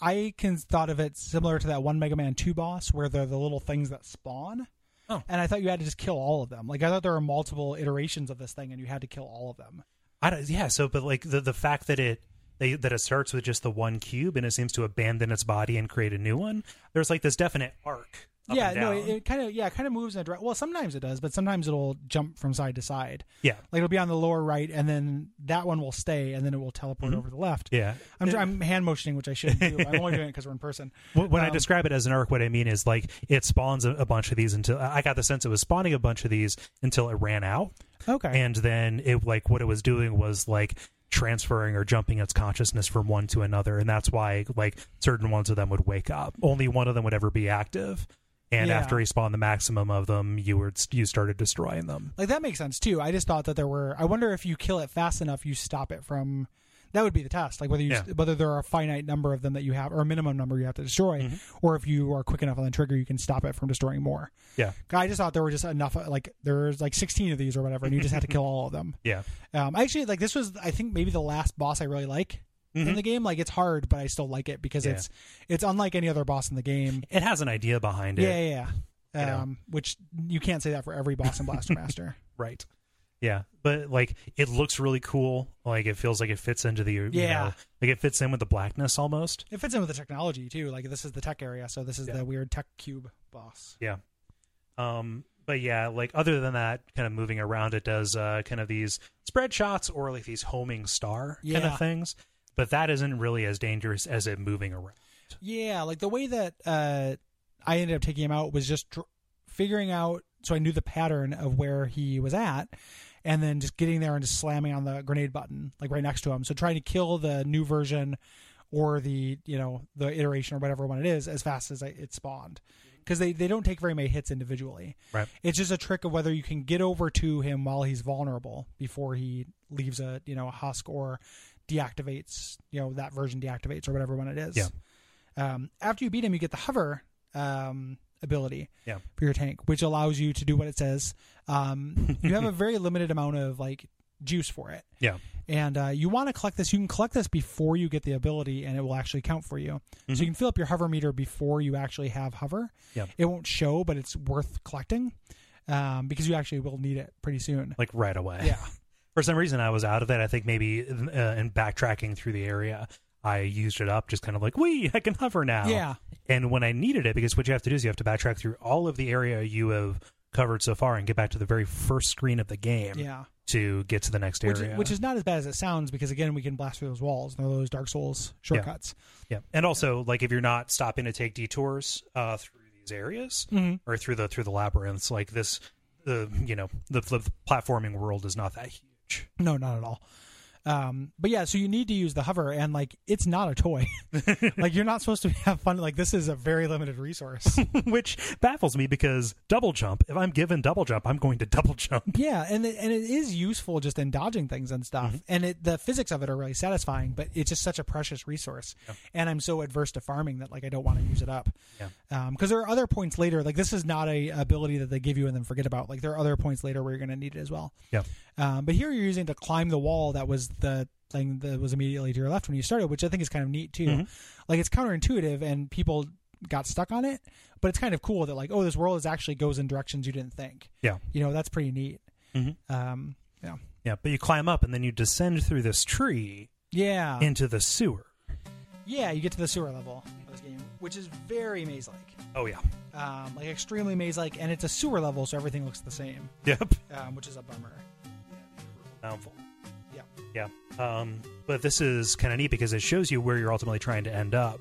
Speaker 3: I can thought of it similar to that one Mega Man Two boss where they're the little things that spawn.
Speaker 4: Oh.
Speaker 3: And I thought you had to just kill all of them. Like I thought there were multiple iterations of this thing, and you had to kill all of them.
Speaker 4: I don't, yeah. So, but like the the fact that it. They, that it starts with just the one cube and it seems to abandon its body and create a new one. There's like this definite arc. up
Speaker 3: yeah,
Speaker 4: and
Speaker 3: no,
Speaker 4: down.
Speaker 3: it, it kind of yeah, kind of moves in a direction. Well, sometimes it does, but sometimes it'll jump from side to side.
Speaker 4: yeah,
Speaker 3: Like it'll be on the lower right, and then that one will stay, and then it will teleport over to the left.
Speaker 4: Mm-hmm. yeah.
Speaker 3: I'm, tr- I'm hand motioning, which I shouldn't do. I'm only doing it because we're in person.
Speaker 4: When, when I
Speaker 3: Um,
Speaker 4: describe it as an arc, what I mean is like it spawns a, a bunch of these until I got the sense it was spawning a bunch of these until it ran out,
Speaker 3: Okay.
Speaker 4: and then it like what it was doing was like transferring or jumping its consciousness from one to another, and that's why like certain ones of them would wake up. Only one of them would ever be active, and
Speaker 3: Yeah.
Speaker 4: after he spawned the maximum of them, you were you started destroying them.
Speaker 3: Like that makes sense too. I just thought that there were. I wonder if you kill it fast enough, you stop it from. That would be the test, like whether you
Speaker 4: Yeah.
Speaker 3: whether there are a finite number of them that you have, or a minimum number you have to destroy,
Speaker 4: Mm-hmm.
Speaker 3: or if you are quick enough on the trigger, you can stop it from destroying more.
Speaker 4: Yeah,
Speaker 3: I just thought there were just enough, like there's like 16 of these or whatever, and you just had to kill all of them.
Speaker 4: yeah,
Speaker 3: Um, I actually like this was I think maybe the last boss I really like in the game. Like it's hard, but I still like it because
Speaker 4: Mm-hmm. Yeah.
Speaker 3: it's it's unlike any other boss in the game.
Speaker 4: it has an idea behind it.
Speaker 3: Yeah, yeah, yeah.
Speaker 4: You know.
Speaker 3: um, Which you can't say that for every boss in Blaster Master.
Speaker 4: Right. Yeah, but like it looks really cool. Like it feels like it fits into the you
Speaker 3: Yeah.
Speaker 4: know, like it fits in with the blackness almost.
Speaker 3: It fits in with the technology too. Like this is the tech area, so this is
Speaker 4: Yeah.
Speaker 3: the weird tech cube boss.
Speaker 4: Yeah. Um but yeah, like other than that kind of moving around it does uh kind of these spread shots or like these homing star kind
Speaker 3: Yeah.
Speaker 4: of things, but that isn't really as dangerous as it moving around.
Speaker 3: Yeah, like the way that uh, I ended up taking him out was just dr- figuring out. So I knew the pattern of where he was at, and then just getting there and just slamming on the grenade button, like right next to him. So trying to kill the new version or the you know the iteration or whatever one it is as fast as I, it spawned, because they they don't take very many hits individually.
Speaker 4: Right.
Speaker 3: It's just a trick of whether you can get over to him while he's vulnerable before he leaves a you know a husk or deactivates you know that version deactivates or whatever one it is.
Speaker 4: Yeah.
Speaker 3: Um, after you beat him, you get the hover um, ability
Speaker 4: Yeah.
Speaker 3: for your tank, which allows you to do what it says. Um, you have a very limited amount of like juice for it,
Speaker 4: Yeah.
Speaker 3: and uh, you want to collect this. You can collect this before you get the ability, and it will actually count for you. So you can fill up your hover meter before you actually have hover.
Speaker 4: Yeah.
Speaker 3: It won't show, but it's worth collecting um, because you actually will need it pretty soon.
Speaker 4: Like right away.
Speaker 3: Yeah.
Speaker 4: For some reason I was out of it. I think maybe uh, in backtracking through the area I used it up just kind of like, "Wee, I can hover now."
Speaker 3: Yeah.
Speaker 4: And when I needed it, because what you have to do is you have to backtrack through all of the area you have covered so far and get back to the very first screen of the game
Speaker 3: Yeah.
Speaker 4: to get to the next
Speaker 3: Which,
Speaker 4: area.
Speaker 3: which is not as bad as it sounds because again we can blast through those walls. None of those Dark Souls shortcuts.
Speaker 4: yeah. And also, like if you're not Mm-hmm. stopping to take detours uh, through these areas or through the through the labyrinths, like this the you know the, the platforming world is not that huge.
Speaker 3: No, not at all. Um, but yeah, so you need to use the hover, and like it's not a toy. like you're not supposed to have fun. Like this is a very limited resource.
Speaker 4: Which baffles me because double jump. If I'm given double jump, I'm going to double jump.
Speaker 3: yeah, and it, and it is useful just in dodging things and stuff. And it, the physics of it are really satisfying, but it's just such a precious resource. And I'm so adverse to farming that like I don't want to use it up.
Speaker 4: Yeah.
Speaker 3: Because there are other points later. Like this is not a ability that they give you and then forget about. Like there are other points later where you're going to need it as well.
Speaker 4: Yeah.
Speaker 3: Um, but here you're using to climb the wall that was the thing that was immediately to your left when you started, which I think is kind of neat too. Like it's counterintuitive and people got stuck on it, but it's kind of cool that like, oh, this world is actually goes in directions you didn't think.
Speaker 4: Yeah.
Speaker 3: You know, that's pretty neat.
Speaker 4: Mm-hmm.
Speaker 3: Um, yeah.
Speaker 4: Yeah, but you climb up and then you descend through this tree
Speaker 3: Yeah.
Speaker 4: into the sewer.
Speaker 3: yeah, you get to the sewer level of this game, which is very maze like.
Speaker 4: Oh yeah.
Speaker 3: Um, like extremely maze like, and it's a sewer level, so everything looks the same,
Speaker 4: Yep.
Speaker 3: um, which is a bummer.
Speaker 4: Mouthful.
Speaker 3: Yeah.
Speaker 4: Yeah. Um, but this is kind of neat because it shows you where you're ultimately trying to end up.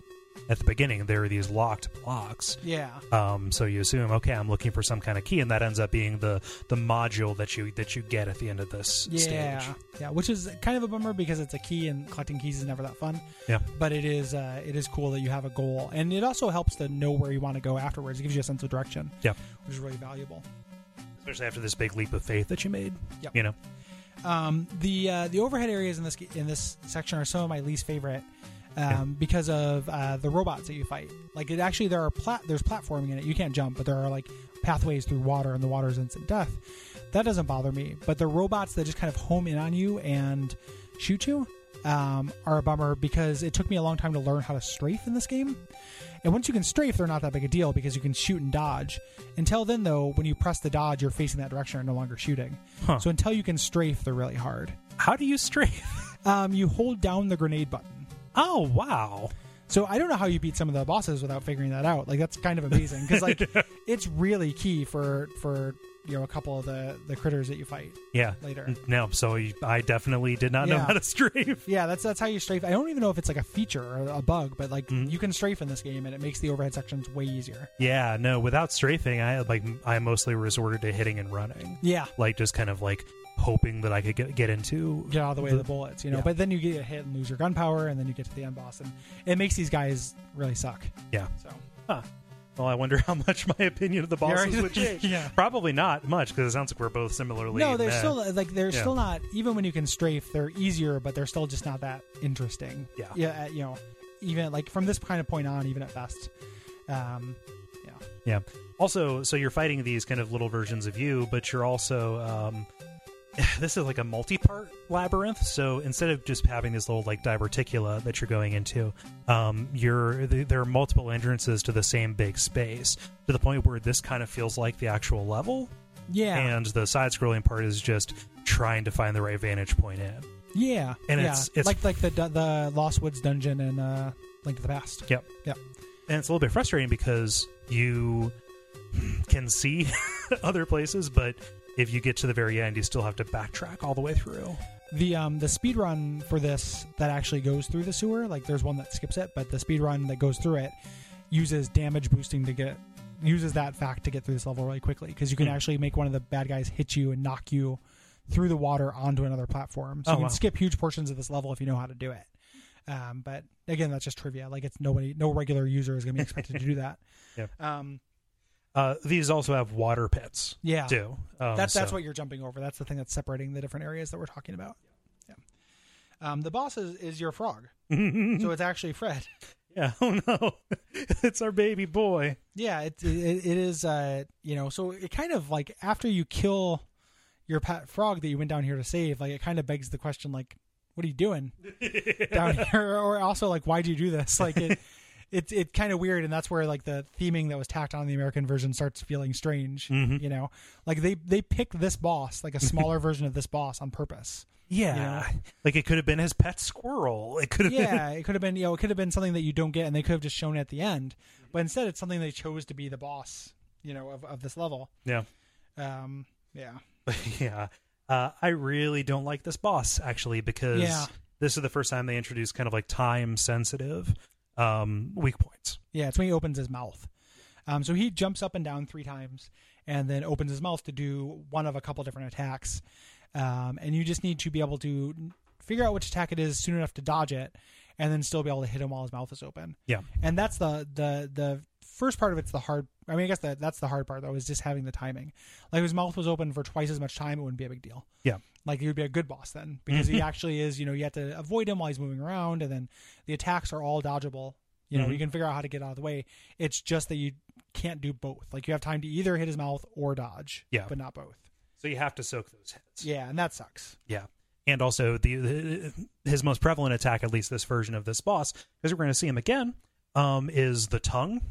Speaker 4: At the beginning, there are these locked blocks.
Speaker 3: Yeah.
Speaker 4: Um, so you assume, okay, I'm looking for some kind of key, and that ends up being the the module that you that you get at the end of this
Speaker 3: Yeah,
Speaker 4: stage.
Speaker 3: yeah, which is kind of a bummer because it's a key and collecting keys is never that fun.
Speaker 4: Yeah.
Speaker 3: But it is uh, it is cool that you have a goal, and it also helps to know where you want to go afterwards. It gives you a sense of direction,
Speaker 4: Yeah.
Speaker 3: which is really valuable.
Speaker 4: Especially after this big leap of faith that you made.
Speaker 3: Yeah.
Speaker 4: You know.
Speaker 3: Um, the uh, the overhead areas in this in this section are some of my least favorite. Um, Because of uh, the robots that you fight, like it actually there are plat there's platforming in it. You can't jump, but there are like pathways through water, and the water is instant death. That doesn't bother me, but the robots that just kind of home in on you and shoot you um, are a bummer because it took me a long time to learn how to strafe in this game. And once you can strafe, they're not that big a deal because you can shoot and dodge. Until then, though, when you press the dodge, you're facing that direction and no longer shooting.
Speaker 4: Huh.
Speaker 3: So until you can strafe, they're really hard.
Speaker 4: How do you strafe?
Speaker 3: Um, you hold down the grenade button.
Speaker 4: Oh wow.
Speaker 3: So I don't know how you beat some of the bosses without figuring that out. Like that's kind of amazing because like it's really key for for you know a couple of the the critters that you fight.
Speaker 4: Yeah.
Speaker 3: Later.
Speaker 4: N- No, so you- I definitely did not know
Speaker 3: Yeah.
Speaker 4: how to strafe.
Speaker 3: Yeah, that's that's how you strafe. I don't even know if it's like a feature or a bug, but like you can strafe in this game and it makes the overhead sections way easier.
Speaker 4: Yeah, no, without strafing, I like I mostly resorted to hitting and running.
Speaker 3: Yeah.
Speaker 4: Like just kind of like hoping that I could get, get into
Speaker 3: Get out of the way of the bullets, you know.
Speaker 4: Mm-hmm. Yeah.
Speaker 3: But then you get hit and lose your gunpowder, and then you get to the end boss, and it makes these guys really suck.
Speaker 4: Yeah.
Speaker 3: So
Speaker 4: Huh. Well, I wonder how much my opinion of the bosses
Speaker 3: right.
Speaker 4: would change.
Speaker 3: Yeah.
Speaker 4: Probably not much because it sounds like we're both similarly.
Speaker 3: no, they're
Speaker 4: meh.
Speaker 3: still like they're
Speaker 4: Yeah.
Speaker 3: still not even when you can strafe, they're easier, but they're still just not that interesting.
Speaker 4: Yeah.
Speaker 3: yeah, uh, you know, even like from this kind of point on, even at best, um, yeah,
Speaker 4: Yeah. Also, so you're fighting these kind of little versions of you, but you're also um, this is like a multi-part labyrinth. So instead of just having this little like diverticula that you're going into, um, you're th- there are multiple entrances to the same big space to the point where this kind of feels like the actual level,
Speaker 3: yeah,
Speaker 4: and the side-scrolling part is just trying to find the right vantage point in.
Speaker 3: yeah,
Speaker 4: and
Speaker 3: yeah.
Speaker 4: it's- it's-
Speaker 3: like like the du- the Lost Woods dungeon and uh, Link to the Past.
Speaker 4: Yep.
Speaker 3: Yep.
Speaker 4: and it's a little bit frustrating because you can see other places, but if you get to the very end, you still have to backtrack all the way through.
Speaker 3: The um the speed run for this that actually goes through the sewer, like there's one that skips it, but the speed run that goes through it uses damage boosting to get uses that fact to get through this level really quickly because you can
Speaker 4: Hmm.
Speaker 3: actually make one of the bad guys hit you and knock you through the water onto another platform. So
Speaker 4: Oh,
Speaker 3: you can
Speaker 4: wow.
Speaker 3: skip huge portions of this level if you know how to do it. Um, but again, that's just trivia. Like it's nobody, no regular user is going to be expected to do that.
Speaker 4: Yep.
Speaker 3: Um,
Speaker 4: Uh, these also have water pits
Speaker 3: yeah.
Speaker 4: too. Um,
Speaker 3: Ah. that's that's
Speaker 4: so-
Speaker 3: what you're jumping over. That's the thing that's separating the different areas that we're talking about. Yeah. Um, the boss is, is your frog,
Speaker 4: Mm-hmm.
Speaker 3: so it's actually Fred.
Speaker 4: yeah. Oh no, it's our baby boy.
Speaker 3: Yeah, it, it it is. Uh, you know, so it kind of like after you kill your pet frog that you went down here to save, like it kind of begs the question, like, what are you doing down here? Or also, like, why'd you do this? Like it. It's it kind of weird, and that's where like the theming that was tacked on the American version starts feeling strange.
Speaker 4: Mm-hmm.
Speaker 3: You know, like they they picked this boss, like a smaller version of this boss, on purpose.
Speaker 4: Yeah. like it could have been his pet squirrel. It could have
Speaker 3: yeah, it could have been you know it could have been something that you don't get, and they could have just shown it at the end. But instead, it's something they chose to be the boss, you know, of, of this level.
Speaker 4: been.
Speaker 3: Um, yeah,
Speaker 4: Yeah, yeah. Uh, I really don't like this boss actually because
Speaker 3: Yeah.
Speaker 4: this is the first time they introduced kind of like time sensitive um, weak points.
Speaker 3: yeah, it's when he opens his mouth. Um, so he jumps up and down three times, and then opens his mouth to do one of a couple different attacks. Um, and you just need to be able to figure out which attack it is soon enough to dodge it, and then still be able to hit him while his mouth is open.
Speaker 4: Yeah.
Speaker 3: And that's the the the first part of it's the hard. I mean, I guess that that's the hard part though is just having the timing. Like if his mouth was open for twice as much time, it wouldn't be a big deal.
Speaker 4: Yeah.
Speaker 3: Like he would be a good boss then because
Speaker 4: Mm-hmm.
Speaker 3: he actually is. You know, you have to avoid him while he's moving around, and then the attacks are all dodgeable. You know,
Speaker 4: Mhm.
Speaker 3: you can figure out how to get out of the way. It's just that you can't do both. Like you have time to either hit his mouth or dodge.
Speaker 4: Yeah.
Speaker 3: But not both.
Speaker 4: So you have to soak those hits.
Speaker 3: Yeah, and that sucks.
Speaker 4: Yeah. And also the, the his most prevalent attack, at least this version of this boss, because we're going to see him again, um, is the tongue.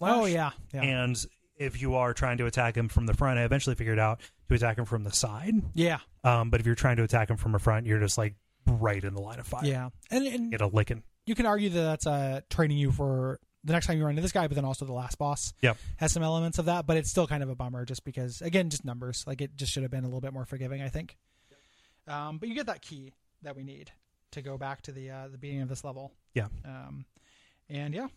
Speaker 3: Oh
Speaker 4: lash.
Speaker 3: yeah, yeah,
Speaker 4: And if you are trying to attack him from the front, I eventually figured out to attack him from the side.
Speaker 3: yeah,
Speaker 4: Um, but if you're trying to attack him from the front, you're just like right in the line of fire.
Speaker 3: yeah. And, and
Speaker 4: Get a licking.
Speaker 3: you can argue that that's uh, training you for the next time you run into this guy, but then also the last boss
Speaker 4: Yep.
Speaker 3: has some elements of that. But it's still kind of a bummer, just because again, just numbers. Like it just should have been a little bit more forgiving, I think. Um, but you get that key that we need to go back to the uh, the beginning of this level.
Speaker 4: Yeah.
Speaker 3: Um, and yeah,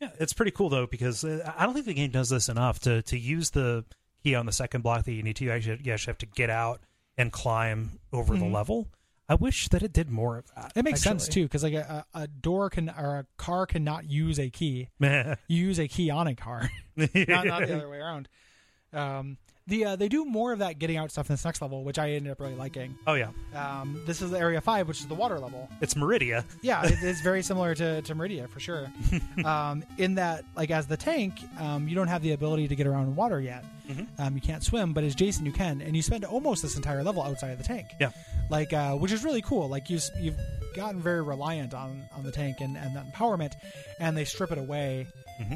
Speaker 4: Yeah, it's pretty cool though because uh, I don't think the game does this enough to to use the key on the second block that you need to. You actually, you actually have to get out and climb over
Speaker 3: Mm-hmm.
Speaker 4: the level. I wish that it did more of that.
Speaker 3: it makes sense
Speaker 4: actually.
Speaker 3: too, because like a, a a door can or a car cannot use a key. You use a key on a car. not, not the other way around. Um, the uh, they do more of that getting out stuff in this next level, which I ended up really liking.
Speaker 4: oh yeah,
Speaker 3: Um, this is area five, which is the water level.
Speaker 4: it's Meridia.
Speaker 3: Yeah, it is very similar to, to Meridia for sure. Um, in that, like as the tank, um, you don't have the ability to get around water yet. Um, you can't swim, but as Jason, you can, and you spend almost this entire level outside of the tank.
Speaker 4: Yeah,
Speaker 3: Like, uh, which is really cool. Like you s- you've gotten very reliant on on the tank and and that empowerment, and they strip it away,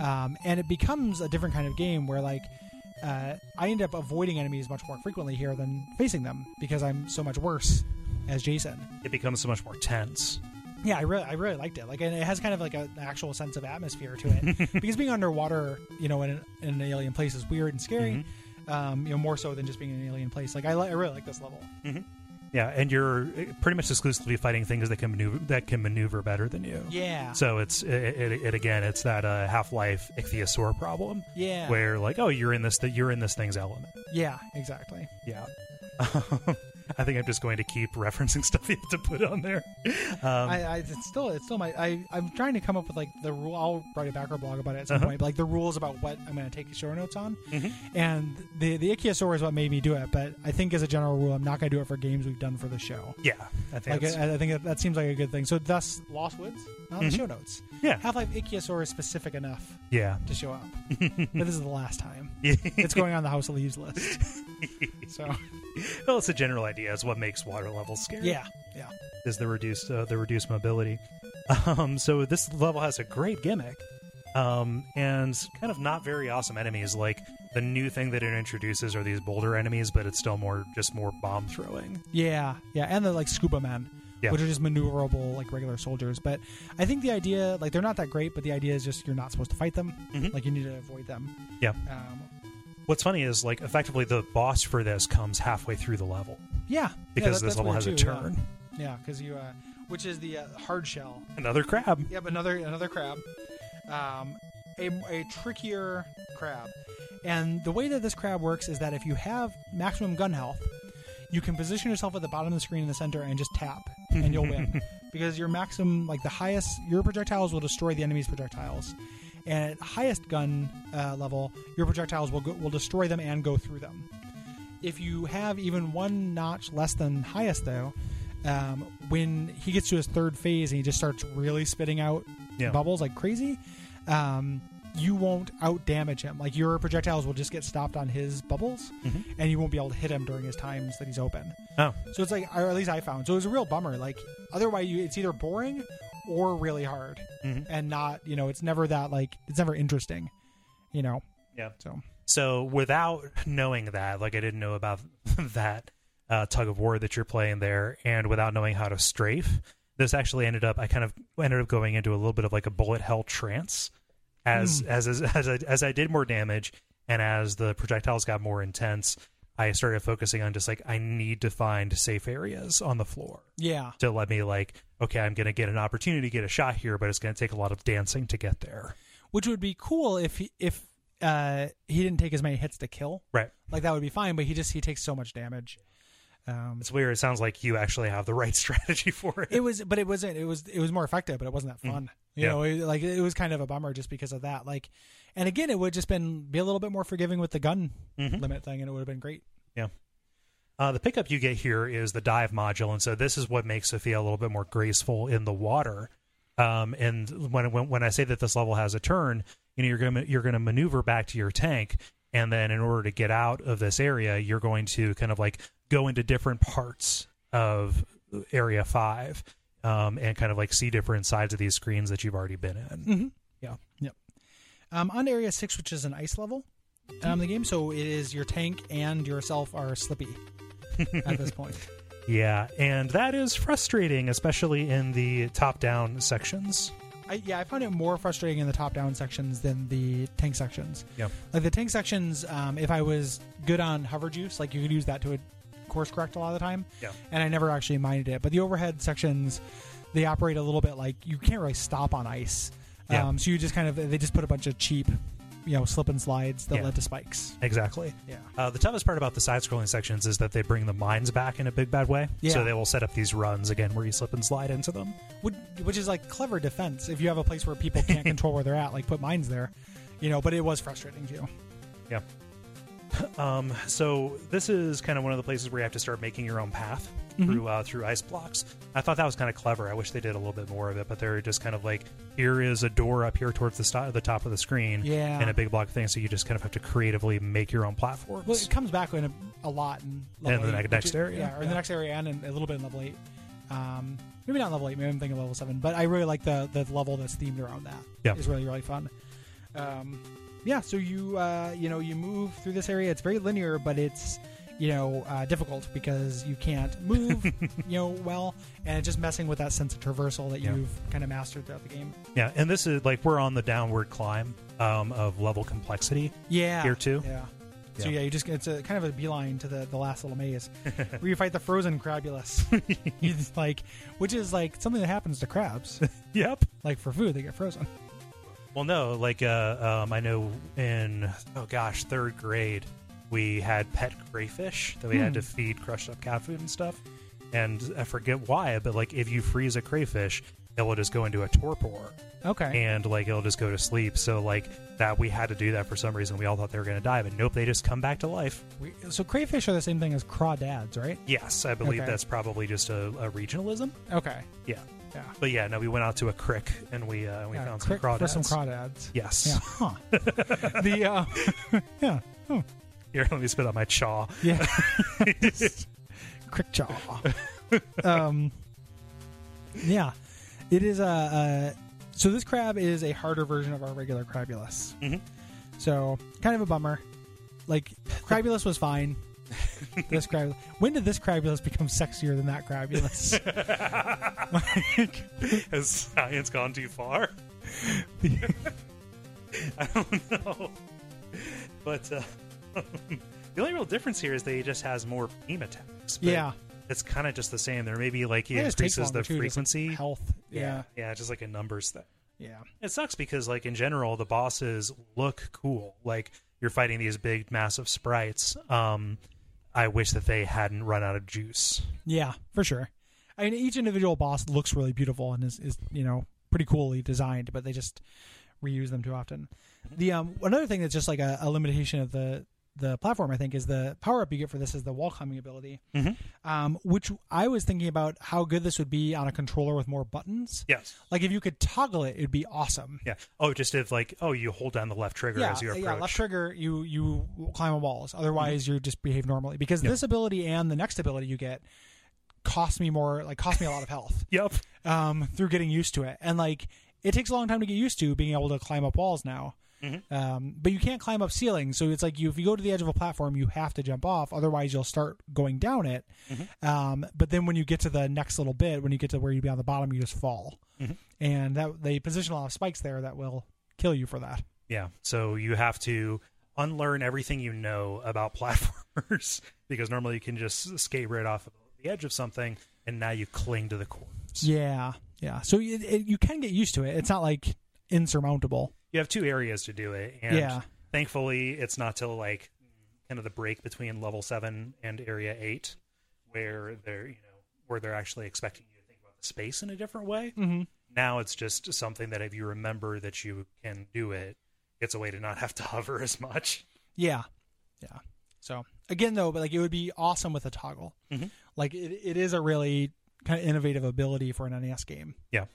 Speaker 3: um, and it becomes a different kind of game where like. Uh, I end up avoiding enemies much more frequently here than facing them because I'm so much worse as Jason
Speaker 4: it becomes so much more tense.
Speaker 3: yeah, I really, I really liked it. Like, and it has kind of like a, an actual sense of atmosphere to it because being underwater, you know, in an, in an alien place is weird and scary.
Speaker 4: Mm-hmm.
Speaker 3: Um, you know, more so than just being in an alien place. Like, I, li- I really like this level.
Speaker 4: Yeah, and you're uh, pretty much exclusively fighting things that can maneuver that can maneuver better than you.
Speaker 3: Yeah.
Speaker 4: So it's it, it, it again. It's that uh, Half Life ichthyosaur problem.
Speaker 3: Yeah.
Speaker 4: Where like oh you're in this that you're in this thing's element.
Speaker 3: yeah. Exactly.
Speaker 4: Yeah. I think I'm just going to keep referencing stuff you have to put on there. Um,
Speaker 3: I, I it's still, it's still my. I, I'm trying to come up with like the rule. I'll write a backer blog about it at some
Speaker 4: Uh-huh. Mm-hmm.
Speaker 3: point. But like the rules about what I'm going to take show notes on, and the the Ichiosaur is what made me do it. But I think as a general rule, I'm not going to do it for games we've done for the show.
Speaker 4: yeah, I
Speaker 3: Like
Speaker 4: think
Speaker 3: uh,
Speaker 4: it's-
Speaker 3: I, I think that, that seems like a good thing. So thus, Lost Woods not in the show notes.
Speaker 4: Mm-hmm. Yeah.
Speaker 3: Half Life Ichiosaur is specific enough
Speaker 4: yeah.
Speaker 3: to show up, but this is the last time it's going on the House of Leaves list. So
Speaker 4: well, it's a general idea. Is what makes water levels scary.
Speaker 3: yeah, yeah,
Speaker 4: is the reduced uh, the reduced mobility. Um, so this level has a great gimmick, um, and kind of not very awesome enemies. Like the new thing that it introduces are these boulder enemies, but it's still more just more bomb throwing.
Speaker 3: yeah, yeah, and the like scuba men,
Speaker 4: Yeah.
Speaker 3: which are just maneuverable like regular soldiers. But I think the idea, like, they're not that great, but the idea is just you're not supposed to fight them.
Speaker 4: Mhm.
Speaker 3: Like you need to avoid them.
Speaker 4: Yeah.
Speaker 3: Um,
Speaker 4: What's funny is like effectively the boss for this comes halfway through the level
Speaker 3: yeah,
Speaker 4: because this
Speaker 3: level
Speaker 4: level has a turn.
Speaker 3: Yeah, because you, uh, which is the uh, hard shell.
Speaker 4: Another crab.
Speaker 3: Yep, another another crab, um, a, a trickier crab, and the way that this crab works is that if you have maximum gun health, you can position yourself at the bottom of the screen in the center and just tap, and you'll win because your maximum like the highest your projectiles will destroy the enemy's projectiles, and at highest gun uh, level your projectiles will go, will destroy them and go through them if you have even one notch less than highest though um, when he gets to his third phase and he just starts really spitting out
Speaker 4: Yeah.
Speaker 3: bubbles like crazy um, you won't out damage him like your projectiles will just get stopped on his bubbles and you won't be able to hit him during his times that he's open
Speaker 4: Oh,
Speaker 3: so it's like or at least i found so it was a real bummer like otherwise you, it's either boring or really hard and not you know it's never that like it's never interesting you know
Speaker 4: yeah.
Speaker 3: so
Speaker 4: So without knowing that, like I didn't know about that uh, tug of war that you're playing there, and without knowing how to strafe, this actually ended up I kind of ended up going into a little bit of like a bullet hell trance as as as as I, as I did more damage and as the projectiles got more intense. I started focusing on just like I need to find safe areas on the floor
Speaker 3: yeah
Speaker 4: to let me like okay I'm gonna get an opportunity to get a shot here, but it's gonna take a lot of dancing to get there.
Speaker 3: which would be cool if he, if uh, he didn't take as many hits to kill.
Speaker 4: Right.
Speaker 3: Like that would be fine, but he just he takes so much damage. Um,
Speaker 4: It's weird. It sounds like you actually have the right strategy for it.
Speaker 3: it was, but it wasn't. It was it was more effective, but it wasn't that fun. You
Speaker 4: Yeah.
Speaker 3: know, it, like it was kind of a bummer just because of that. Like, and again, it would just been be a little bit more forgiving with the gun
Speaker 4: Mhm.
Speaker 3: limit thing, and it would have been great.
Speaker 4: Uh, the pickup you get here is the dive module, and so this is what makes Sophia a little bit more graceful in the water. Um, and when, when when I say that this level has a turn, you know you're going to you're going to maneuver back to your tank, and then in order to get out of this area, you're going to kind of like go into different parts of area five, um, and kind of like see different sides of these screens that you've already been in.
Speaker 3: Yeah. Yep. Um, on to area six, which is an ice level, um, the game. So it is your tank and yourself are slippy at this point.
Speaker 4: Yeah, and that is frustrating, especially in the top-down sections.
Speaker 3: I, yeah, I found it more frustrating in the top-down sections than the tank sections.
Speaker 4: Yeah.
Speaker 3: Like the tank sections, um, if I was good on hover juice, like you could use that to a course correct a lot of the time.
Speaker 4: Yeah.
Speaker 3: And I never actually minded it. But the overhead sections, they operate a little bit like you can't really stop on ice.
Speaker 4: Yeah.
Speaker 3: Um, so you just kind of they just put a bunch of cheap, you know, slip and slides that
Speaker 4: Yeah.
Speaker 3: led to spikes.
Speaker 4: Exactly.
Speaker 3: Yeah.
Speaker 4: Uh, the toughest part about the side-scrolling sections is that they bring the mines back in a big bad way.
Speaker 3: Yeah.
Speaker 4: So they will set up these runs again where you slip and slide into them.
Speaker 3: which, which is like clever defense if you have a place where people can't control where they're at like put mines there you know but it was frustrating too
Speaker 4: Yeah. Um, so this is kind of one of the places where you have to start making your own path
Speaker 3: Mm-hmm.
Speaker 4: through uh, through ice blocks. I thought that was kind of clever. I wish they did a little bit more of it, but they're just kind of like here is a door up here towards the, st- the top of the screen,
Speaker 3: Yeah.
Speaker 4: and a big block thing. So you just kind of have to creatively make your own platforms.
Speaker 3: well it comes back in a, a lot in level
Speaker 4: And the
Speaker 3: eight,
Speaker 4: ne- next
Speaker 3: which is-
Speaker 4: area.
Speaker 3: yeah or in
Speaker 4: Yeah.
Speaker 3: the next area and in, a little bit in level 8 um, maybe not level 8 maybe I'm thinking level 7 but I really like the the level that's themed around that
Speaker 4: Yeah.
Speaker 3: it's really really fun um, yeah so you uh, you know you move through this area it's very linear but it's you know uh, difficult because you can't move you know well and it's just messing with that sense of traversal that
Speaker 4: Yeah.
Speaker 3: you've kind of mastered throughout the game
Speaker 4: Yeah, and this is like we're on the downward climb um, of level complexity.
Speaker 3: Yeah.
Speaker 4: Here too?
Speaker 3: Yeah. So
Speaker 4: Yeah.
Speaker 3: yeah, you just it's a kind of a beeline to the, the last little maze where you fight the frozen crabulus. You just, like which is like something that happens to crabs.
Speaker 4: Yep.
Speaker 3: Like for food they get frozen.
Speaker 4: Well, no, like uh, um, I know in oh gosh, third grade, we had pet crayfish that we had
Speaker 3: Hmm.
Speaker 4: to feed crushed up cat food and stuff, and I forget why, but like if you freeze a crayfish, it will just go into a torpor
Speaker 3: Okay.
Speaker 4: and like it'll just go to sleep. So like that we had to do that for some reason. We all thought they were going to die, but nope, they just come back to life.
Speaker 3: We- so crayfish are the same thing as crawdads, right?
Speaker 4: Yes, I believe
Speaker 3: Okay.
Speaker 4: that's probably just a, a regionalism.
Speaker 3: Okay.
Speaker 4: Yeah,
Speaker 3: Yeah.
Speaker 4: but yeah, no, we went out to a crick and we uh, we
Speaker 3: yeah,
Speaker 4: found
Speaker 3: cra-
Speaker 4: some crawdads.
Speaker 3: For some crawdads.
Speaker 4: Yes.
Speaker 3: Yeah. Huh. the uh, yeah. Oh.
Speaker 4: Here, let me spit out my chaw.
Speaker 3: Yeah. Crickjaw. um, yeah, it is a. a so this crab is a harder version of our regular crabulus.
Speaker 4: Mhm.
Speaker 3: So kind of a bummer. Like crabulus was fine. this crab. When did this crabulus become sexier than that crabulus? like,
Speaker 4: Has science gone too far? I don't know. But uh, the only real difference here is that he just has more beam attacks. but
Speaker 3: Yeah.
Speaker 4: It's kind of just the same. There maybe like he
Speaker 3: it just takes
Speaker 4: increases
Speaker 3: longer,
Speaker 4: the
Speaker 3: too, just
Speaker 4: frequency.
Speaker 3: health. Yeah.
Speaker 4: Yeah, just like a numbers thing.
Speaker 3: Yeah.
Speaker 4: It sucks because, like in general, the bosses look cool. Like you're fighting these big, massive sprites. Um, I wish that they hadn't run out of juice.
Speaker 3: Yeah, for sure. I mean, each individual boss looks really beautiful and is, is you know pretty coolly designed, but they just reuse them too often. The um another thing that's just like a, a limitation of the the platform, I think, is the power up you get for this is the wall climbing ability,
Speaker 4: Mhm.
Speaker 3: um, which I was thinking about how good this would be on a controller with more buttons.
Speaker 4: Yes.
Speaker 3: Like if you could toggle it, it'd be awesome.
Speaker 4: Yeah. Oh, just if like oh, you hold down the left trigger
Speaker 3: Yeah,
Speaker 4: as you approach. Mm-hmm.
Speaker 3: yeah, left trigger, you you climb walls. Otherwise, you just behave normally. Because this ability and the next ability you get cost me more, like cost me a lot of health.
Speaker 4: Yep.
Speaker 3: um, through getting used to it. And like, it takes a long time to get used to being able to climb up walls now.
Speaker 4: Mm-hmm.
Speaker 3: Um, but you can't climb up ceilings, so it's like you if you go to the edge of a platform, you have to jump off. Otherwise, you'll start going down it.
Speaker 4: Mm-hmm.
Speaker 3: Um, but then when you get to the next little bit, when you get to where you'd be on the bottom, you just fall.
Speaker 4: Mm-hmm.
Speaker 3: And that they position a lot of spikes there that will kill you for that.
Speaker 4: Yeah. So you have to unlearn everything you know about platformers because normally you can just skate right off of the edge of something, and now you cling to the corners.
Speaker 3: Yeah, yeah. So it, it, you can get used to it. It's not like insurmountable.
Speaker 4: You have two areas to do it, and
Speaker 3: Yeah.
Speaker 4: Thankfully, it's not till like kind of the break between level seven and area eight, where they're you know where they're actually expecting you to think about the space in a different way.
Speaker 3: Mm-hmm.
Speaker 4: Now it's just something that if you remember that you can do it, it's a way to not have to hover as much.
Speaker 3: Yeah, yeah. So again, though, but like it would be awesome with a toggle.
Speaker 4: Mhm.
Speaker 3: Like it, it is a really kind of innovative ability for an NES game.
Speaker 4: Yeah.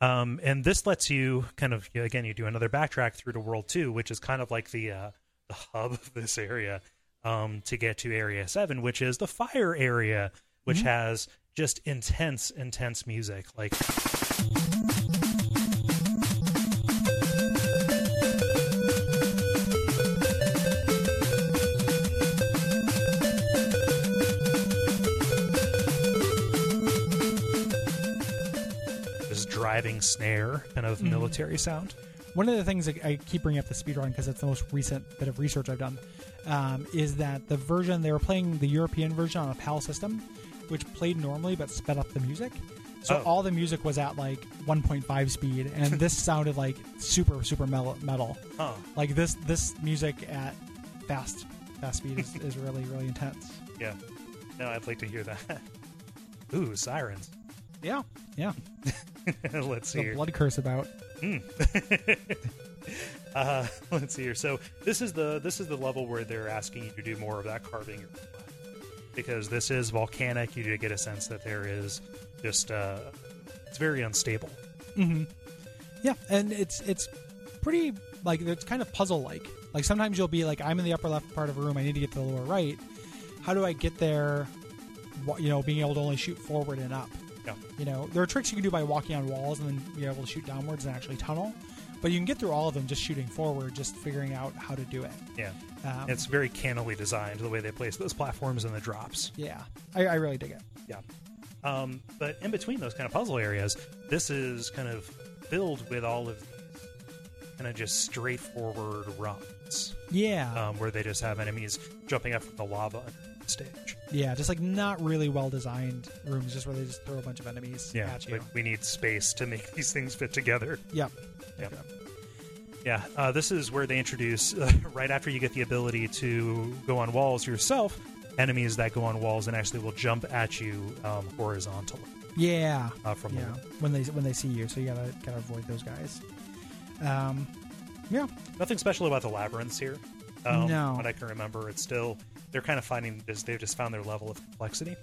Speaker 4: Um, and this lets you kind of again you do another backtrack through to world two, which is kind of like the uh, the hub of this area um, to get to area seven, which is the fire area, which has just intense, intense music. Like this driving snare kind of military sound.
Speaker 3: One of the things that I keep bringing up the speedrun because it's the most recent bit of research I've done um, is that the version they were playing the European version on a PAL system, which played normally but sped up the music. So
Speaker 4: Oh.
Speaker 3: all the music was at like 1.5 speed, and this sounded like super super mel- metal.
Speaker 4: Huh.
Speaker 3: Like this this music at fast fast speed is, is really really intense.
Speaker 4: Yeah. No, I'd like to hear that. Ooh, sirens.
Speaker 3: Yeah, yeah.
Speaker 4: Let's see.
Speaker 3: The blood curse about.
Speaker 4: Uh, let's see here. So this is the this is the level where they're asking you to do more of that carving, because this is volcanic. You do get a sense that there is just uh, it's very unstable.
Speaker 3: Yeah, and it's it's pretty like it's kind of puzzle like. Like sometimes you'll be like, I'm in the upper left part of a room. I need to get to the lower right. How do I get there? Wha- You know, being able to only shoot forward and up.
Speaker 4: Yeah.
Speaker 3: You know, there are tricks you can do by walking on walls and then you're able to shoot downwards and actually tunnel. But you can get through all of them just shooting forward, just figuring out how to do it.
Speaker 4: Yeah,
Speaker 3: Um,
Speaker 4: it's very cannily designed the way they place those platforms and the drops.
Speaker 3: yeah, I, I really dig it.
Speaker 4: Yeah. Um, but in between those kind of puzzle areas, this is kind of filled with all of these kind of just straightforward runs
Speaker 3: Yeah,
Speaker 4: um, where they just have enemies jumping up from the lava underneath the stage.
Speaker 3: yeah, just like not really well designed rooms, just where they just throw a bunch of enemies
Speaker 4: Yeah,
Speaker 3: at you.
Speaker 4: but we need space to make these things fit together.
Speaker 3: Yep.
Speaker 4: Yep. Yeah, uh, this is where they introduce uh, right after you get the ability to go on walls yourself, enemies that go on walls and actually will jump at you um, horizontally.
Speaker 3: Yeah.
Speaker 4: Uh, from the
Speaker 3: yeah.
Speaker 4: wall.
Speaker 3: when they when they see you, so you gotta gotta avoid those guys. Um, yeah.
Speaker 4: Nothing special about the labyrinths here. Um,
Speaker 3: No.
Speaker 4: What I can remember, it's still they're kind of finding is they've just found their level of complexity.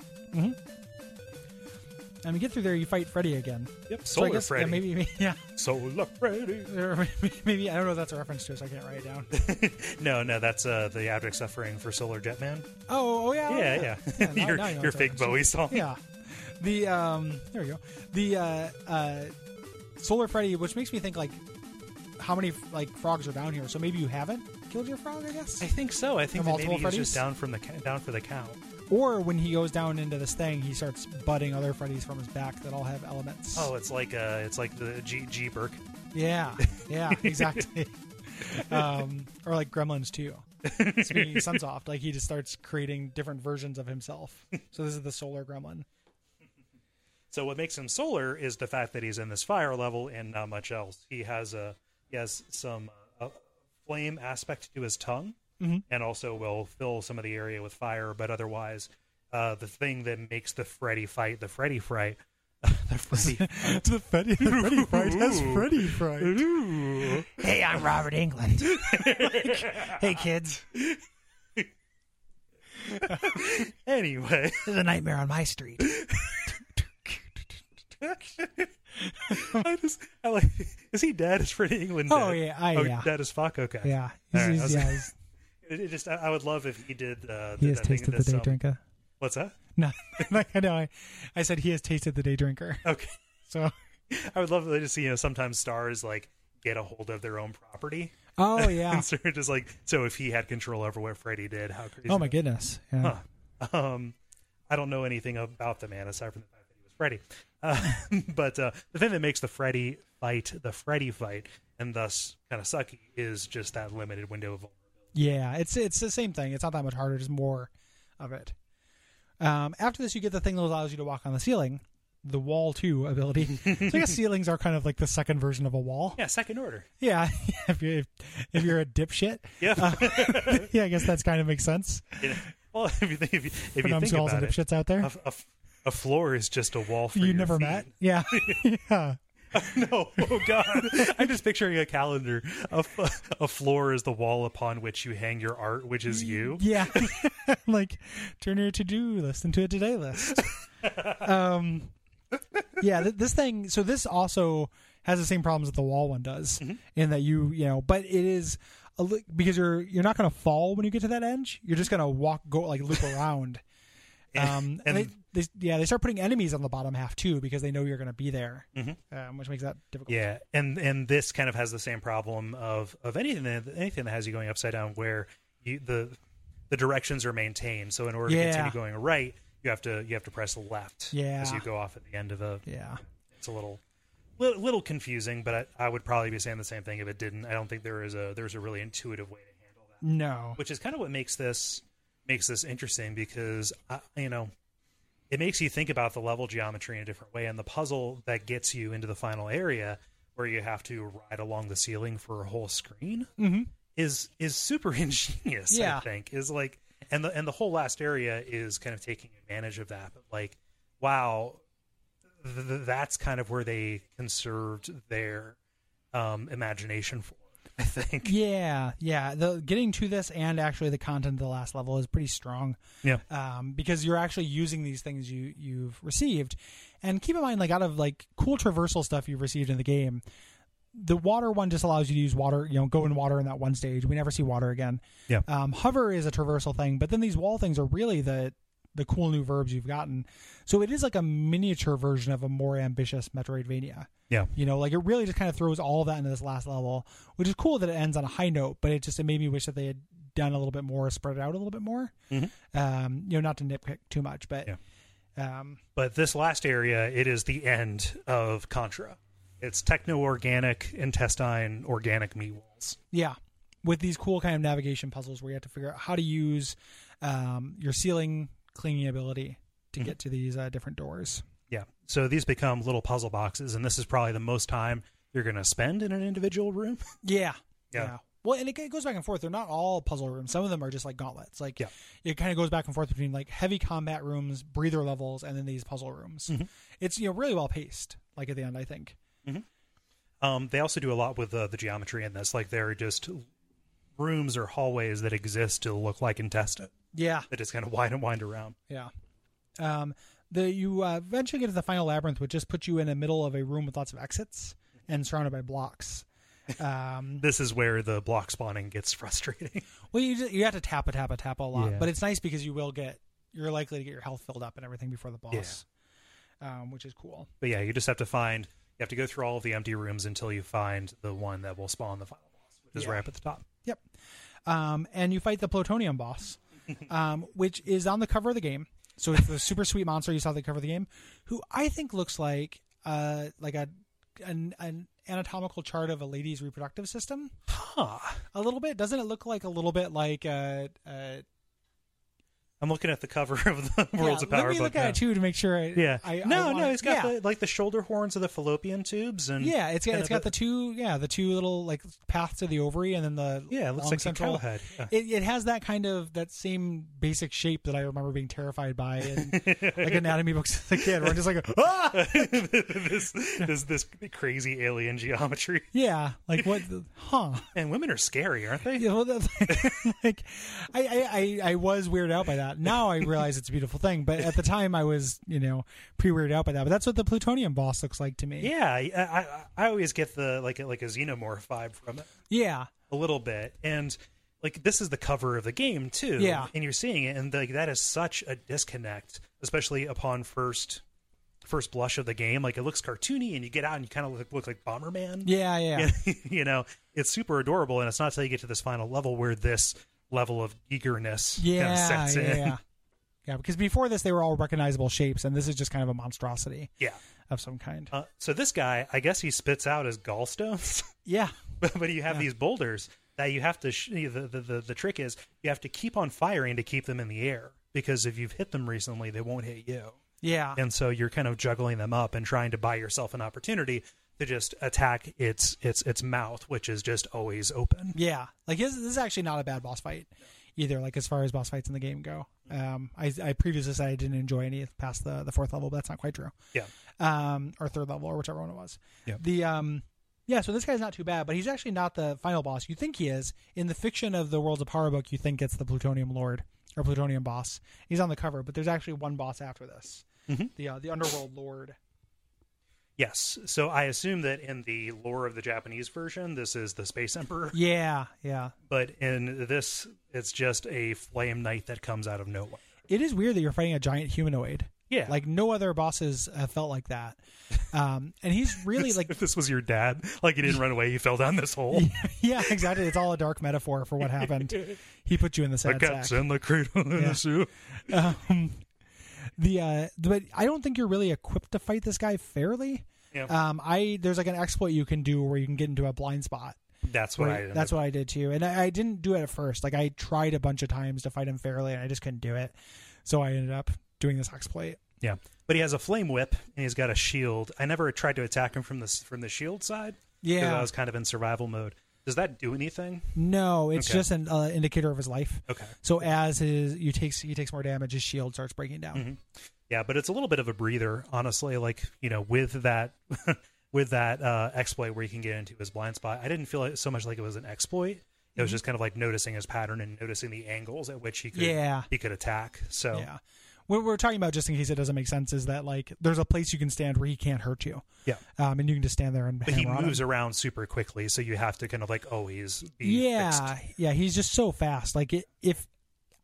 Speaker 3: And we get through there, you fight Freddy again.
Speaker 4: Yep,
Speaker 3: So I
Speaker 4: Solar
Speaker 3: guess-
Speaker 4: Freddy.
Speaker 3: Yeah, maybe, maybe yeah.
Speaker 4: Solar Freddy.
Speaker 3: Or maybe I don't know if that's a reference to, it, so I can't write it down.
Speaker 4: No, no, that's uh, the abject suffering for Solar Jetman.
Speaker 3: Oh, oh yeah, oh,
Speaker 4: Yeah, yeah.
Speaker 3: now-
Speaker 4: your
Speaker 3: now you know
Speaker 4: your
Speaker 3: it's a
Speaker 4: fake
Speaker 3: reference.
Speaker 4: Bowie song.
Speaker 3: Yeah. The um, there we go. The uh, uh, Solar Freddy, which makes me think like, how many like frogs are down here? So maybe you haven't killed your frog, I guess.
Speaker 4: I think so. I think
Speaker 3: The
Speaker 4: that maybe
Speaker 3: multiple
Speaker 4: he's
Speaker 3: Freddys?
Speaker 4: just down from the ca- down for the count.
Speaker 3: Or when he goes down into this thing, he starts butting other Freddys from his back that all have elements.
Speaker 4: Oh, it's like uh, it's like the G G Burke.
Speaker 3: Yeah, yeah, exactly. um, or like Gremlins too. Speaking of Sunsoft, like he just starts creating different versions of himself. So this is the Solar Gremlin.
Speaker 4: So what makes him solar is the fact that he's in this fire level and not much else. He has a he has some uh, a flame aspect to his tongue, and also will fill some of the area with fire. But otherwise, uh, the thing that makes the Freddy fight the Freddy fright. the Freddy.
Speaker 3: the Freddy, the Freddy Fright has Freddy Fright.
Speaker 4: Ooh.
Speaker 3: Hey, I'm Robert England. hey, kids,
Speaker 4: Anyway,
Speaker 3: there's a nightmare on my street.
Speaker 4: I just I like. Is he dead? Is Freddy England?
Speaker 3: Oh,
Speaker 4: dead?
Speaker 3: yeah, I-
Speaker 4: oh,
Speaker 3: yeah.
Speaker 4: Dead as fuck. Okay.
Speaker 3: Yeah,
Speaker 4: All
Speaker 3: he's,
Speaker 4: right, I
Speaker 3: he's,
Speaker 4: was-
Speaker 3: yeah, he's,
Speaker 4: It, it just, I, I would love if he did. Uh,
Speaker 3: he
Speaker 4: did
Speaker 3: has
Speaker 4: that thing
Speaker 3: tasted the
Speaker 4: that's,
Speaker 3: day
Speaker 4: um,
Speaker 3: drinker.
Speaker 4: What's that?
Speaker 3: No, I know. I, I said he has tasted the day drinker.
Speaker 4: Okay,
Speaker 3: So,
Speaker 4: I would love to see. You know, sometimes stars like get a hold of their own property.
Speaker 3: oh yeah,
Speaker 4: and so you're just like, so if he had control over what Freddy did, how crazy?
Speaker 3: oh my goodness, yeah.
Speaker 4: Huh. Um, I don't know anything about the man aside from the fact that he was Freddy. Uh, but uh, the thing that makes the Freddy fight the Freddy fight and thus kind of sucky is just that limited window of.
Speaker 3: Yeah, it's it's the same thing. It's not that much harder, just more of it. Um, after this, you get the thing that allows you to walk on the ceiling, the wall two ability. so I guess ceilings are kind of like the second version of a wall.
Speaker 4: Yeah, second order.
Speaker 3: Yeah, if you if, if you're a dipshit,
Speaker 4: Yeah.
Speaker 3: yeah, I guess that's kind of makes sense.
Speaker 4: You know, well, if you think, if you, if
Speaker 3: For
Speaker 4: you think
Speaker 3: numbskulls
Speaker 4: about
Speaker 3: and
Speaker 4: it,
Speaker 3: dipshits out there,
Speaker 4: a, a f- a floor is just a wall for
Speaker 3: you
Speaker 4: your
Speaker 3: never
Speaker 4: feet.
Speaker 3: met. Yeah, yeah.
Speaker 4: No, oh god, I'm just picturing a calendar. A, f- a floor is the wall upon which you hang your art, which is you.
Speaker 3: Yeah. like turn your to do list into a today list. um yeah, th- this thing so this also has the same problems that the wall one does
Speaker 4: Mm-hmm.
Speaker 3: in that you, you know, but it is a li- because you're you're not going to fall when you get to that edge. You're just going to walk go like loop around. Um and,
Speaker 4: and-
Speaker 3: they, they yeah, they start putting enemies on the bottom half too because they know you're going to be there. Um, which makes that difficult.
Speaker 4: Mm-hmm. Yeah, and and this kind of has the same problem of of anything that anything that has you going upside down, where you, the the directions are maintained. So in order
Speaker 3: Yeah.
Speaker 4: to continue going right, you have to you have to press left.
Speaker 3: Yeah.
Speaker 4: as you go off at the end of a.
Speaker 3: Yeah.
Speaker 4: It's a little little, little confusing, but I, I would probably be saying the same thing if it didn't. I don't think there is a there's a really intuitive way to handle that
Speaker 3: No.
Speaker 4: which is kind of what makes this makes this interesting because I, you know it makes you think about the level geometry in a different way and the puzzle that gets you into the final area where you have to ride along the ceiling for a whole screen
Speaker 3: Mm-hmm.
Speaker 4: is is super ingenious
Speaker 3: Yeah.
Speaker 4: i think is like and the and the whole last area is kind of taking advantage of that but like wow th- th- that's kind of where they conserved their um imagination for i think
Speaker 3: Yeah, yeah. The getting to this and actually the content of the last level is pretty strong.
Speaker 4: yeah
Speaker 3: um, because you're actually using these things you you've received. And keep in mind, like out of like cool traversal stuff you've received in the game, the water one just allows you to use water. You know, go in water in that one stage. We never see water again.
Speaker 4: Yeah.
Speaker 3: Um, hover is a traversal thing, but then these wall things are really the the cool new verbs you've gotten. So it is like a miniature version of a more ambitious Metroidvania.
Speaker 4: yeah
Speaker 3: You know, like it really just kind of throws all that into this last level, which is cool that it ends on a high note, but it just it made me wish that they had done a little bit more, spread it out a little bit more. Um, you know, not to nitpick too much, but um,
Speaker 4: but this last area it is the end of contra it's techno organic intestine organic meat walls
Speaker 3: yeah, with these cool kind of navigation puzzles where you have to figure out how to use um, your ceiling clinging ability to
Speaker 4: Mm-hmm.
Speaker 3: get to these uh, different doors.
Speaker 4: yeah so these become little puzzle boxes and this is probably the most time you're going to spend in an individual room
Speaker 3: Yeah.
Speaker 4: Yeah.
Speaker 3: Well, and it, it goes back and forth. They're not all puzzle rooms. Some of them are just like gauntlets. Like
Speaker 4: Yeah.
Speaker 3: it kind of goes back and forth between like heavy combat rooms, breather levels, and then these puzzle rooms.
Speaker 4: Mm-hmm.
Speaker 3: It's you know really well paced. Like at the end, I think.
Speaker 4: um, they also do a lot with uh, the geometry in this like there are just rooms or hallways that exist to look like intestine
Speaker 3: Yeah.
Speaker 4: that just kind of wind and wind around
Speaker 3: Yeah. Um, the you uh, eventually get to the final labyrinth, which just puts you in the middle of a room with lots of exits and surrounded by blocks. Um,
Speaker 4: this is where the block spawning gets frustrating
Speaker 3: well, you just, you have to tap a tap a tap a lot,
Speaker 4: Yeah.
Speaker 3: but it's nice because you will get you're likely to get your health filled up and everything before the boss, um, which is cool.
Speaker 4: but yeah you just have to find you have to go through all of the empty rooms until you find the one that will spawn the final boss which is
Speaker 3: Yeah.
Speaker 4: right up at the top
Speaker 3: Yep. Um, and you fight the plutonium boss, um, which is on the cover of the game. So it's the super sweet monster you saw at the cover of the game, who I think looks like uh, like a an, an anatomical chart of a lady's reproductive system. A little bit. Doesn't it look like a little bit like uh, uh,
Speaker 4: I'm looking at the cover of the Worlds
Speaker 3: yeah,
Speaker 4: of Power
Speaker 3: Let me
Speaker 4: book
Speaker 3: look at
Speaker 4: now.
Speaker 3: it too to make sure. I,
Speaker 4: Yeah.
Speaker 3: I, I
Speaker 4: no,
Speaker 3: want
Speaker 4: no,
Speaker 3: it.
Speaker 4: it's got
Speaker 3: yeah.
Speaker 4: the like the shoulder horns of the fallopian tubes and
Speaker 3: yeah, it's got
Speaker 4: kind
Speaker 3: it's
Speaker 4: of
Speaker 3: got the two yeah the two little like paths to the ovary and then the
Speaker 4: Yeah, it looks
Speaker 3: long
Speaker 4: like a
Speaker 3: central
Speaker 4: cow head. Yeah.
Speaker 3: It, it has that kind of that same basic shape that I remember being terrified by in like anatomy books as a kid. Where I'm just like ah
Speaker 4: this, this this crazy alien geometry.
Speaker 3: yeah like what the- huh
Speaker 4: And women are scary, aren't they?
Speaker 3: You know, that's- like I, I I I was weirded out by that. Now I realize it's a beautiful thing, but at the time I was you know pre weirded out by that. But that's what the plutonium boss looks like to me.
Speaker 4: Yeah, I, I I always get the like a- like a xenomorph vibe from it
Speaker 3: yeah.
Speaker 4: a little bit, and like this is the cover of the game too.
Speaker 3: Yeah.
Speaker 4: and you're seeing it, and like that is such a disconnect, especially upon first first blush of the game. Like it looks cartoony, and you get out and you kind of look, look like Bomberman.
Speaker 3: Yeah, yeah, yeah.
Speaker 4: you know, it's super adorable, and it's not until you get to this final level where this level of eagerness kind of
Speaker 3: Yeah,
Speaker 4: sets
Speaker 3: yeah,
Speaker 4: in.
Speaker 3: yeah. Yeah, because before this they were all recognizable shapes, and this is just kind of a monstrosity
Speaker 4: Yeah.
Speaker 3: of some kind.
Speaker 4: Uh, so this guy, I guess he spits out his gallstones,
Speaker 3: Yeah,
Speaker 4: but, but you have these boulders that you have to. Sh- the, the the the trick is you have to keep on firing to keep them in the air because if you've hit them recently, they won't hit you.
Speaker 3: Yeah.
Speaker 4: and so you're kind of juggling them up and trying to buy yourself an opportunity to just attack its its its mouth, which is just always open.
Speaker 3: Yeah, like this, this is actually not a bad boss fight either. Like as far as boss fights in the game go,
Speaker 4: Mm.
Speaker 3: um, I, I previously said I didn't enjoy any past the the fourth level, but that's not quite true.
Speaker 4: Yeah,
Speaker 3: Um, or third level or whichever one it was.
Speaker 4: Yeah.
Speaker 3: The um, yeah. So this guy's not too bad, but he's actually not the final boss. You think he is in the fiction of the Worlds of Power book. You think it's the Plutonium Lord or Plutonium Boss. He's on the cover, but there's actually one boss after this.
Speaker 4: Mm-hmm.
Speaker 3: The uh, the Underworld Lord.
Speaker 4: yes. So I assume that in the lore of the Japanese version, this is the Space Emperor,
Speaker 3: Yeah, yeah.
Speaker 4: but in this, it's just a flame knight that comes out of nowhere.
Speaker 3: It is weird that you're fighting a giant humanoid.
Speaker 4: Yeah,
Speaker 3: Like no other bosses have felt like that. Um, and he's really
Speaker 4: It's-
Speaker 3: like,
Speaker 4: if this was your dad, like he didn't run away, he fell down this hole.
Speaker 3: yeah, exactly. It's all a dark metaphor for what happened. He put you in the
Speaker 4: I
Speaker 3: sad
Speaker 4: got
Speaker 3: sack.
Speaker 4: in the cradle in
Speaker 3: Yeah.
Speaker 4: the zoo.
Speaker 3: Um, the uh, but I don't think you're really equipped to fight this guy fairly.
Speaker 4: Yeah.
Speaker 3: Um, I there's like an exploit you can do where you can get into a blind spot.
Speaker 4: That's what
Speaker 3: Where-
Speaker 4: I. ended
Speaker 3: that's what I did too, and I, I didn't do it at first. Like I tried a bunch of times to fight him fairly, and I just couldn't do it. So I ended up doing this exploit.
Speaker 4: Yeah, but he has a flame whip and he's got a shield. I never tried to attack him from the from the shield side. 'cause
Speaker 3: Yeah.
Speaker 4: I was kind of in survival mode. Does that do anything?
Speaker 3: No, it's
Speaker 4: Okay.
Speaker 3: just an uh, indicator of his life.
Speaker 4: Okay.
Speaker 3: So as his you takes he takes more damage, his shield starts breaking down.
Speaker 4: Mm-hmm. Yeah, but it's a little bit of a breather, honestly. Like you know, with that with that uh, exploit where you can get into his blind spot, I didn't feel it so much like it was an exploit. It
Speaker 3: Mm-hmm.
Speaker 4: was just kind of like noticing his pattern and noticing the angles at which he could
Speaker 3: Yeah.
Speaker 4: he could attack. So
Speaker 3: Yeah. What we're talking about, just in case it doesn't make sense, is that like there's a place you can stand where he can't hurt you,
Speaker 4: yeah.
Speaker 3: um, and you can just stand there and.
Speaker 4: But he
Speaker 3: hammer on
Speaker 4: moves
Speaker 3: him.
Speaker 4: around super quickly, so you have to kind of like always be
Speaker 3: Yeah,
Speaker 4: fixed.
Speaker 3: yeah, he's just so fast. Like it, if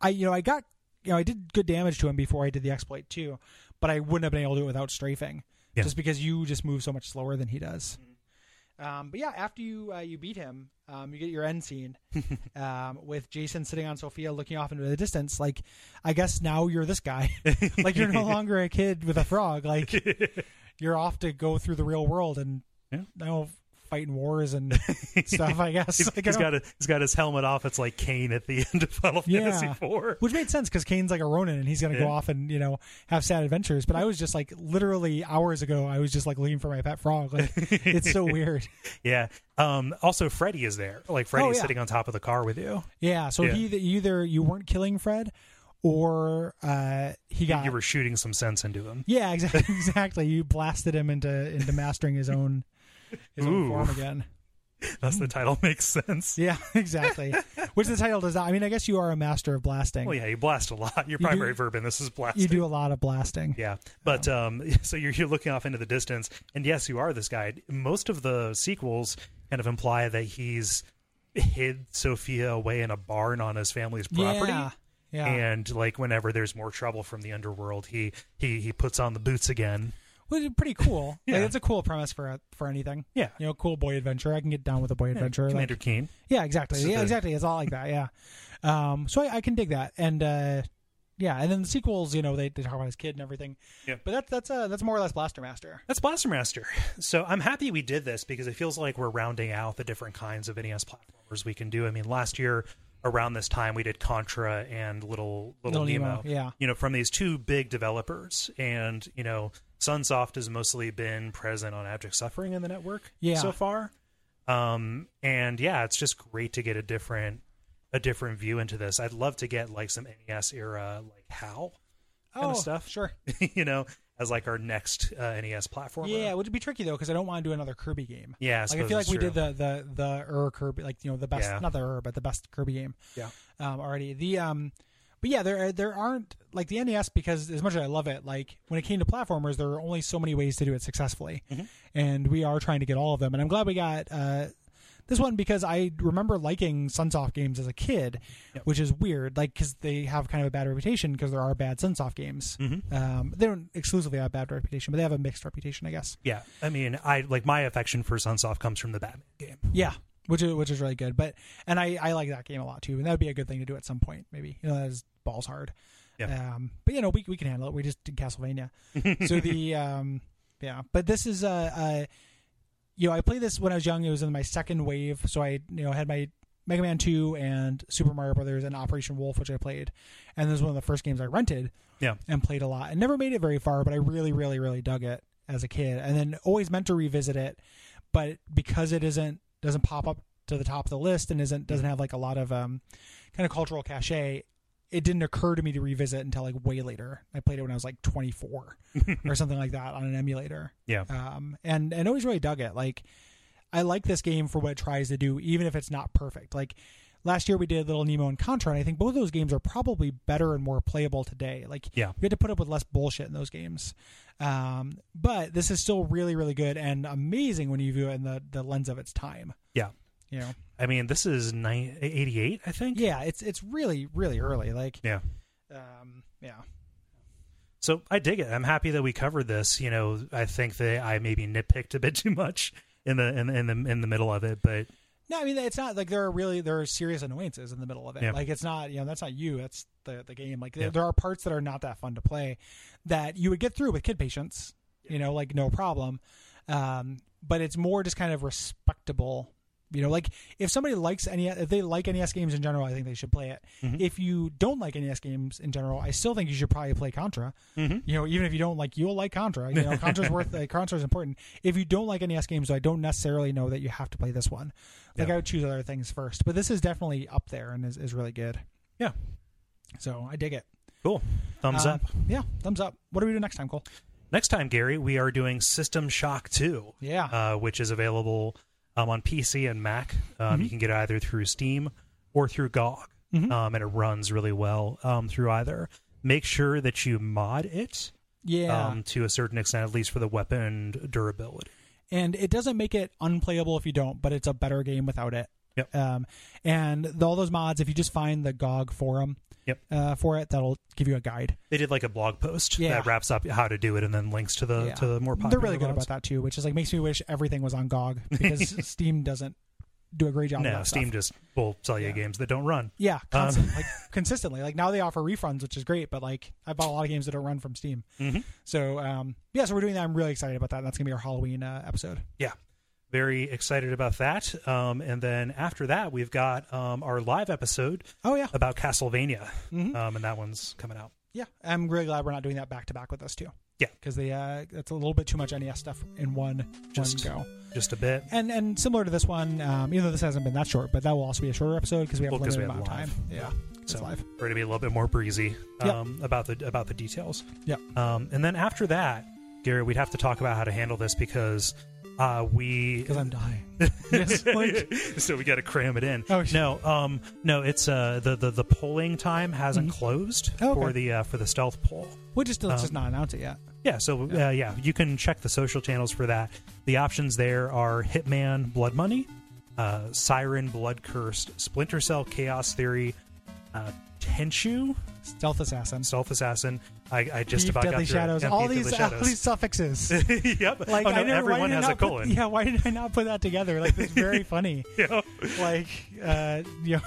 Speaker 3: I, you know, I got, you know, I did good damage to him before I did the exploit too, but I wouldn't have been able to do it without strafing,
Speaker 4: Yeah. Mm-hmm.
Speaker 3: just because you just move so much slower than he does. Um, but yeah, after you uh, you beat him, um, you get your end scene um, with Jason sitting on Sophia, looking off into the distance. Like, I guess now you're this guy. like you're no longer a kid with a frog. Like you're off to go through the real world and
Speaker 4: Yeah.
Speaker 3: now fighting wars and stuff. I guess
Speaker 4: He's-
Speaker 3: Like, I
Speaker 4: he's
Speaker 3: don't-
Speaker 4: got a, he's got his helmet off. It's like Kane at the end of Final
Speaker 3: Yeah.
Speaker 4: Fantasy IV.
Speaker 3: Which made sense because Kane's like a Ronin and he's going to
Speaker 4: Yeah.
Speaker 3: go off and, you know, have sad adventures. But I was just like, literally hours ago, I was just like looking for my pet frog. Like, it's so weird.
Speaker 4: Yeah. Um, also, Freddy is there. Like Freddy's
Speaker 3: Oh, yeah.
Speaker 4: sitting on top of the car with you.
Speaker 3: Yeah. So
Speaker 4: Yeah.
Speaker 3: he e, either you weren't killing Fred or uh, he got.
Speaker 4: You were shooting some sense into him.
Speaker 3: yeah, exactly. exactly. You blasted him into into mastering his own his own
Speaker 4: Ooh.
Speaker 3: form again.
Speaker 4: That's the title. Makes sense.
Speaker 3: Mm. Yeah, exactly. Which the title does not. I mean, I guess you are a master of blasting.
Speaker 4: Well, yeah, you blast a lot. Your primary verb in this is blasting.
Speaker 3: You do a lot of blasting.
Speaker 4: Yeah, but um, so you're you're looking off into the distance, and yes, you are this guy. Most of the sequels kind of imply that he's hid Sophia away in a barn on his family's property.
Speaker 3: Yeah. Yeah.
Speaker 4: and like whenever there's more trouble from the underworld he he he puts on the boots again
Speaker 3: Which is pretty cool.
Speaker 4: Yeah.
Speaker 3: Like, it's a cool premise for a, for anything.
Speaker 4: Yeah.
Speaker 3: You know, cool boy adventure. I can get down with a boy adventure. like-
Speaker 4: commander keen
Speaker 3: yeah, exactly.
Speaker 4: So
Speaker 3: Yeah,
Speaker 4: the-
Speaker 3: exactly. It's all like that. Yeah. Um, so I, I can dig that. And, uh, yeah. And then the sequels, you know, they, they talk about his kid and everything.
Speaker 4: Yeah.
Speaker 3: But that, that's, uh, that's more or less Blaster Master.
Speaker 4: that's blaster master so i'm happy we did this because it feels like we're rounding out the different kinds of nes platformers we can do i mean last year around this time we did contra and little little,
Speaker 3: Little
Speaker 4: nemo,
Speaker 3: Nemo, yeah.
Speaker 4: you know from these two big developers and you know sunsoft has mostly been present on abject suffering in the network
Speaker 3: Yeah.
Speaker 4: so far um and yeah it's just great to get a different a different view into this i'd love to get like some nes era like how kind
Speaker 3: oh,
Speaker 4: of stuff
Speaker 3: Sure.
Speaker 4: you know as like our next uh, nes platformer
Speaker 3: Yeah. It would be tricky though, because I don't want to do another Kirby game.
Speaker 4: yeah I
Speaker 3: Like I
Speaker 4: suppose
Speaker 3: feel like
Speaker 4: that's
Speaker 3: we
Speaker 4: true.
Speaker 3: did the the the Ur Kirby like you know the best
Speaker 4: Yeah.
Speaker 3: not the Ur but the best Kirby game
Speaker 4: yeah
Speaker 3: um, already. The um, but yeah, there there aren't like the NES because as much as I love it, like when it came to platformers, there are only so many ways to do it successfully, and we are trying to get all of them. And I'm glad we got uh, this one because I remember liking Sunsoft games as a kid, which is weird, like because they have kind of a bad reputation because there are bad Sunsoft games. Um, they don't exclusively have a bad reputation, but they have a mixed reputation, I guess.
Speaker 4: yeah i mean i like my affection for sunsoft comes from the batman game
Speaker 3: Yeah, which is which is really good. But and I I like that game a lot too, and that would be a good thing to do at some point. Maybe you know that is balls hard.
Speaker 4: Yeah.
Speaker 3: Um, but you know we we can handle it. We just did Castlevania, so the um yeah. But this is uh, uh you know I played this when I was young. It was in my second wave, so I you know had my Mega Man 2 and Super Mario Brothers and Operation Wolf, which I played. And this was one of the first games I rented
Speaker 4: Yeah.
Speaker 3: and played a lot and never made it very far, but I really, really, really dug it as a kid and then always meant to revisit it. But because it isn't, doesn't pop up to the top of the list and isn't, doesn't have like a lot of um, kind of cultural cachet, it didn't occur to me to revisit until like way later. I played it when I was like 24 or something like that on an emulator
Speaker 4: Yeah.
Speaker 3: um, and and always really dug it. Like, I like this game for what it tries to do, even if it's not perfect. Like last year we did Little Nemo and Contra, and I think both of those games are probably better and more playable today. Like,
Speaker 4: Yeah.
Speaker 3: we had to put up with less bullshit in those games. Um, but this is still really, really good and amazing when you view it in the the lens of its time.
Speaker 4: Yeah.
Speaker 3: You know,
Speaker 4: I mean, this is nine eighty eight. I think.
Speaker 3: yeah, it's it's really, really early. Like,
Speaker 4: Yeah.
Speaker 3: um, yeah,
Speaker 4: So I dig it. I'm happy that we covered this. You know, I think that I maybe nitpicked a bit too much in the in, the- in the in the middle of it, but
Speaker 3: No, I mean it's not like there are really there are serious annoyances in the middle of it.
Speaker 4: Yeah.
Speaker 3: Like it's not you know that's not you. That's the the game. Like
Speaker 4: Yeah.
Speaker 3: there, there are parts that are not that fun to play that you would get through with kid patience. You know, like no problem. Um, but it's more just kind of respectable. You know, like if somebody likes NES, if they like NES games in general, I think they should play it.
Speaker 4: Mm-hmm.
Speaker 3: If you don't like NES games in general, I still think you should probably play Contra.
Speaker 4: Mm-hmm.
Speaker 3: You know, even if you don't like, you'll like Contra. You know, Contra's worth. Like, Contra's important. If you don't like NES games, though, I don't necessarily know that you have to play this one. Like
Speaker 4: Yeah.
Speaker 3: I would choose other things first, but this is definitely up there and is, is really good.
Speaker 4: yeah,
Speaker 3: So I dig it.
Speaker 4: cool. Thumbs
Speaker 3: Uh,
Speaker 4: up.
Speaker 3: Yeah, thumbs up. What do we do next time, Cole?
Speaker 4: Next time, Gary, we are doing System Shock 2.
Speaker 3: Yeah.
Speaker 4: Uh, which is available um, on PC and Mac. Um,
Speaker 3: Mm-hmm.
Speaker 4: You can get it either through Steam or through GOG. Um, and it runs really well um, through either. Make sure that you mod it
Speaker 3: Yeah,
Speaker 4: um, to a certain extent, at least for the weapon durability.
Speaker 3: and it doesn't make it unplayable if you don't, but it's a better game without it.
Speaker 4: Yep.
Speaker 3: Um, and the, all those mods, if you just find the GOG forum,
Speaker 4: Yep.
Speaker 3: uh, for it, that'll give you a guide.
Speaker 4: They did like a blog post
Speaker 3: Yeah.
Speaker 4: that wraps up how to do it and then links to the
Speaker 3: Yeah.
Speaker 4: to the more popular.
Speaker 3: They're really good
Speaker 4: mods.
Speaker 3: about that too, which is like makes me wish everything was on GOG because Steam doesn't do a great job. with
Speaker 4: No,
Speaker 3: that
Speaker 4: Steam
Speaker 3: stuff.
Speaker 4: just uh, will sell you
Speaker 3: Yeah.
Speaker 4: games that don't run.
Speaker 3: Yeah, constant, like consistently. Like now they offer refunds, which is great. But like I bought a lot of games that don't run from Steam.
Speaker 4: Mhm.
Speaker 3: So um, yeah, so we're doing that. I'm really excited about that. That's gonna be our Halloween uh, episode.
Speaker 4: Yeah. Very excited about that. Um, and then after that, we've got um, our live episode
Speaker 3: Oh yeah,
Speaker 4: about Castlevania.
Speaker 3: Mm-hmm.
Speaker 4: Um, and that one's coming out.
Speaker 3: yeah. I'm really glad we're not doing that back to back with us too.
Speaker 4: Yeah.
Speaker 3: because they uh, that's a little bit too much NES stuff in one
Speaker 4: Just-
Speaker 3: one go.
Speaker 4: Just a bit.
Speaker 3: And and similar to this one, um, even though this hasn't been that short, but that will also be a shorter episode because we have
Speaker 4: Well,
Speaker 3: a
Speaker 4: 'cause
Speaker 3: limited
Speaker 4: we
Speaker 3: amount of
Speaker 4: have
Speaker 3: time. Yeah, it's
Speaker 4: So
Speaker 3: live.
Speaker 4: we're gonna be a little bit more breezy
Speaker 3: Yep.
Speaker 4: um, about the about the details.
Speaker 3: Yep.
Speaker 4: Um, and then after that, Gary, we'd have to talk about how to handle this because uh, we
Speaker 3: Because I'm dying. Yes, like-
Speaker 4: so we got to cram it in.
Speaker 3: Oh, sh-
Speaker 4: no, um, no, it's uh, the, the the polling time hasn't closed
Speaker 3: Oh, okay.
Speaker 4: for the uh, for the stealth poll.
Speaker 3: we'll just let's just
Speaker 4: Um,
Speaker 3: not announce it yet.
Speaker 4: Yeah, so Uh, yeah, you can check the social channels for that. The options there are Hitman Blood Money, uh, Siren Blood Cursed, Splinter Cell Chaos Theory, uh, Tenchu
Speaker 3: Stealth assassin.
Speaker 4: Stealth Assassin. I, I just
Speaker 3: Deep
Speaker 4: about
Speaker 3: deadly
Speaker 4: got through it.
Speaker 3: shadows.
Speaker 4: Yeah,
Speaker 3: All
Speaker 4: Deep
Speaker 3: these,
Speaker 4: Deadly
Speaker 3: all these suffixes.
Speaker 4: shadows. yep.
Speaker 3: Like
Speaker 4: oh, no,
Speaker 3: I never, why
Speaker 4: everyone
Speaker 3: did I
Speaker 4: has a
Speaker 3: not put-
Speaker 4: colon.
Speaker 3: yeah, why did I not put that together? Like it's very funny.
Speaker 4: You know?
Speaker 3: Like uh, you know,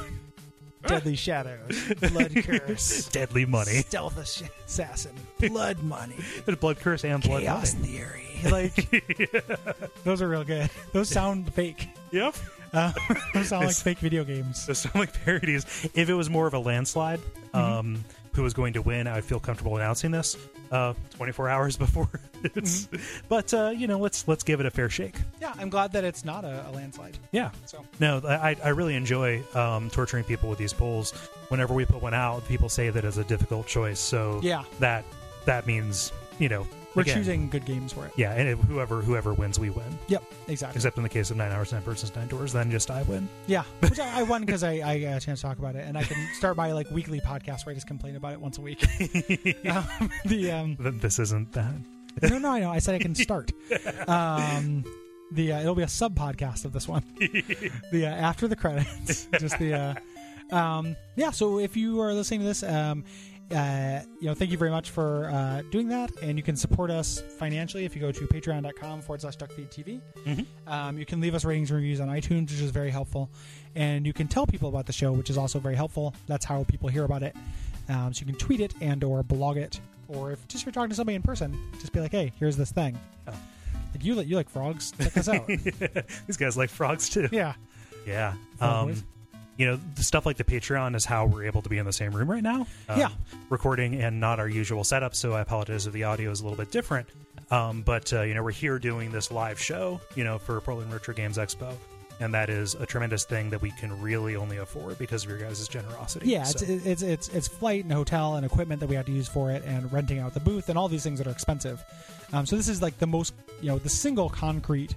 Speaker 3: deadly shadows, blood curse,
Speaker 4: Deadly money.
Speaker 3: stealth ass- assassin, blood money,
Speaker 4: Blood curse and blood
Speaker 3: chaos
Speaker 4: money.
Speaker 3: theory. Like those are real good. Those sound fake.
Speaker 4: Yep.
Speaker 3: Uh, those sound like
Speaker 4: It's-
Speaker 3: fake video games.
Speaker 4: So sound like parodies. If it was more of a landslide,
Speaker 3: Mm-hmm.
Speaker 4: um, who was going to win, I would feel comfortable announcing this uh, 24 hours before. It's,
Speaker 3: Mm-hmm.
Speaker 4: But uh, you know, let's let's give it a fair shake.
Speaker 3: Yeah, I'm glad that it's not a, a landslide.
Speaker 4: Yeah.
Speaker 3: So
Speaker 4: No, I, I really enjoy um, torturing people with these polls. Whenever we put one out, people say that it's a difficult choice. So
Speaker 3: Yeah.
Speaker 4: that that means you know
Speaker 3: we're
Speaker 4: again,
Speaker 3: choosing good games for it.
Speaker 4: Yeah, and it, whoever whoever wins, we win.
Speaker 3: Yep, exactly.
Speaker 4: Except in the case of nine hours, nine persons, nine doors, then just I win.
Speaker 3: Yeah, which I, I won because I, I got a chance to talk about it, and I can start my like weekly podcast where I just complain about it once a week. um, the um,
Speaker 4: Th- This isn't that.
Speaker 3: no, no, I know. I said I can start. Um, the uh, it'll be a sub podcast of this one. the uh, after the credits, just the uh, um, yeah. So if you are listening to this, um, uh, you know, thank you very much for uh, doing that, and you can support us financially if you go to patreon.com forward slash duckfeedtv. Um, you can leave us ratings and reviews on iTunes, which is very helpful, and you can tell people about the show, which is also very helpful. That's how people hear about it. Um, so you can tweet it and or blog it, or if just if you're talking to somebody in person, just be like, "Hey, here's this thing." Like you, li- you like frogs? Check this out.
Speaker 4: These guys like frogs too.
Speaker 3: yeah.
Speaker 4: Yeah.
Speaker 3: Frog
Speaker 4: Um,
Speaker 3: boys.
Speaker 4: you know, the stuff like the Patreon is how we're able to be in the same room right now. Um,
Speaker 3: Yeah.
Speaker 4: Recording and not our usual setup. So I apologize if the audio is a little bit different. Um, but, uh, you know, we're here doing this live show, you know, for Portland Retro Games Expo. And that is a tremendous thing that we can really only afford because of your guys' generosity.
Speaker 3: Yeah,
Speaker 4: So-
Speaker 3: it's, it's it's it's flight and hotel and equipment that we have to use for it, and renting out the booth and all these things that are expensive. Um, so this is like the most, you know, the single concrete,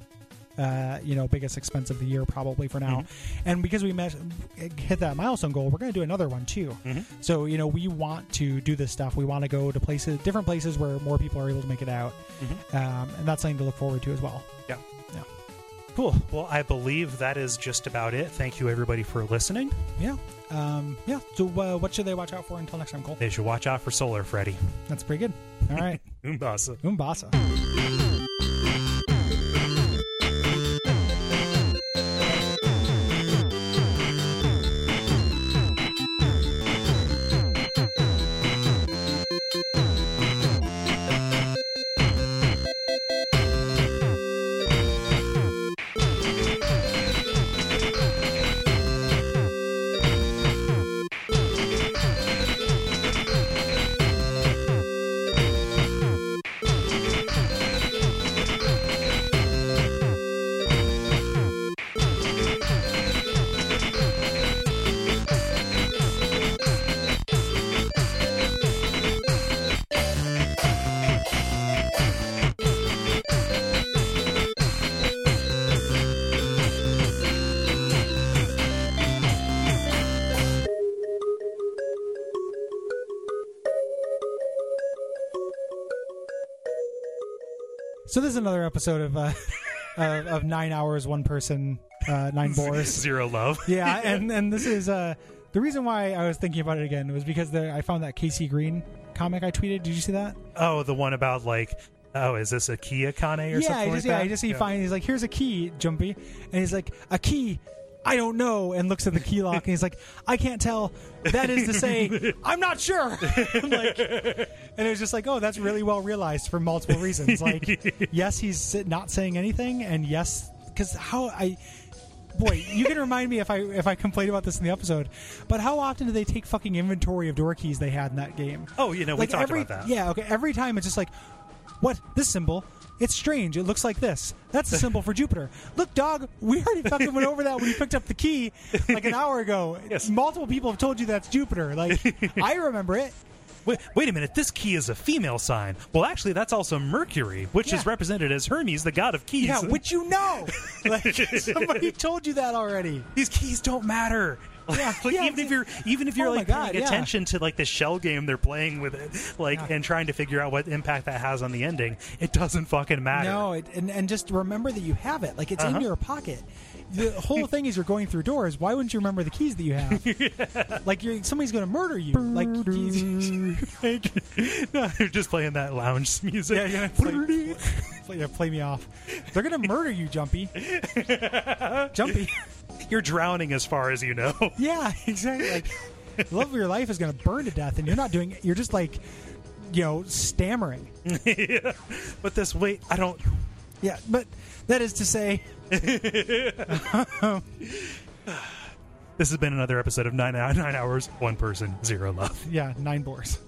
Speaker 3: uh, you know, biggest expense of the year probably for now.
Speaker 4: Mm-hmm.
Speaker 3: And because we met, hit that milestone goal, we're going to do another one too.
Speaker 4: Mm-hmm.
Speaker 3: So you know, we want to do this stuff. We want to go to places, different places where more people are able to make it out,
Speaker 4: Mm-hmm.
Speaker 3: um, and that's something to look forward to as well.
Speaker 4: yeah.
Speaker 3: Yeah,
Speaker 4: Cool. Well, I believe that is just about it. Thank you, everybody, for listening.
Speaker 3: yeah, um, yeah. So uh, what should they watch out for until next time, Cole?
Speaker 4: They should watch out for Solar Freddy.
Speaker 3: That's pretty good. All right,
Speaker 4: Umbasa.
Speaker 3: Umbasa. So this is another episode of uh, of, of nine hours, one person, uh, nine boars.
Speaker 4: Zero love.
Speaker 3: Yeah, and and this is uh, the reason why I was thinking about it again was because the, I found that Casey Green comic I tweeted. Did you see that?
Speaker 4: Oh, the one about like, oh, is this a Kia Kane or
Speaker 3: yeah, I
Speaker 4: something
Speaker 3: just,
Speaker 4: like
Speaker 3: yeah,
Speaker 4: that?
Speaker 3: I just he finds he's like, here's a key, Jumpy, and he's like, a key. I don't know, and looks at the key lock, and he's like, "I can't tell." That is to say, I'm not sure. I'm like, and it was just like, "Oh, that's really well realized for multiple reasons." Like, yes, he's si- not saying anything, and yes, because how I, boy, you can remind me if I if I complain about this in the episode, but how often do they take fucking inventory of door keys they had in that game?
Speaker 4: Oh, you know, we
Speaker 3: like
Speaker 4: talked
Speaker 3: every,
Speaker 4: about that.
Speaker 3: Yeah, okay. Every time it's just like, what? This symbol? It's strange. It looks like this. That's the symbol for Jupiter. Look, dog, we already fucking went over that when you picked up the key like an hour ago.
Speaker 4: Yes.
Speaker 3: Multiple people have told you that's Jupiter. Like, I remember it.
Speaker 4: Wait, wait a minute. This key is a female sign. Well, actually, that's also Mercury, which
Speaker 3: Yeah.
Speaker 4: is represented as Hermes, the god of keys.
Speaker 3: Yeah, which you know. Like, somebody told you that already.
Speaker 4: these keys don't matter.
Speaker 3: Yeah,
Speaker 4: like,
Speaker 3: yeah,
Speaker 4: even if you're even if you're
Speaker 3: oh my
Speaker 4: like
Speaker 3: God,
Speaker 4: paying
Speaker 3: yeah.
Speaker 4: attention to like the shell game they're playing with it, like
Speaker 3: Yeah.
Speaker 4: and trying to figure out what impact that has on the ending, it doesn't fucking matter.
Speaker 3: No, it, and and just remember that you have it. Like it's in
Speaker 4: Uh-huh.
Speaker 3: your pocket. The whole thing is you're going through doors. Why wouldn't you remember the keys that you have? Like you're somebody's going to murder you. Like you-
Speaker 4: Like, no, they're just playing that lounge music.
Speaker 3: yeah, yeah, play, play, yeah, play me off. They're going to murder you, Jumpy. Jumpy.
Speaker 4: You're drowning as far as you know.
Speaker 3: Yeah, exactly. Like the love of your life is going to burn to death, and you're not doing. You're just like, you know, stammering.
Speaker 4: but this wait, I don't.
Speaker 3: Yeah, but that is to say,
Speaker 4: This has been another episode of nine, nine hours, one person, zero love.
Speaker 3: yeah, nine boars.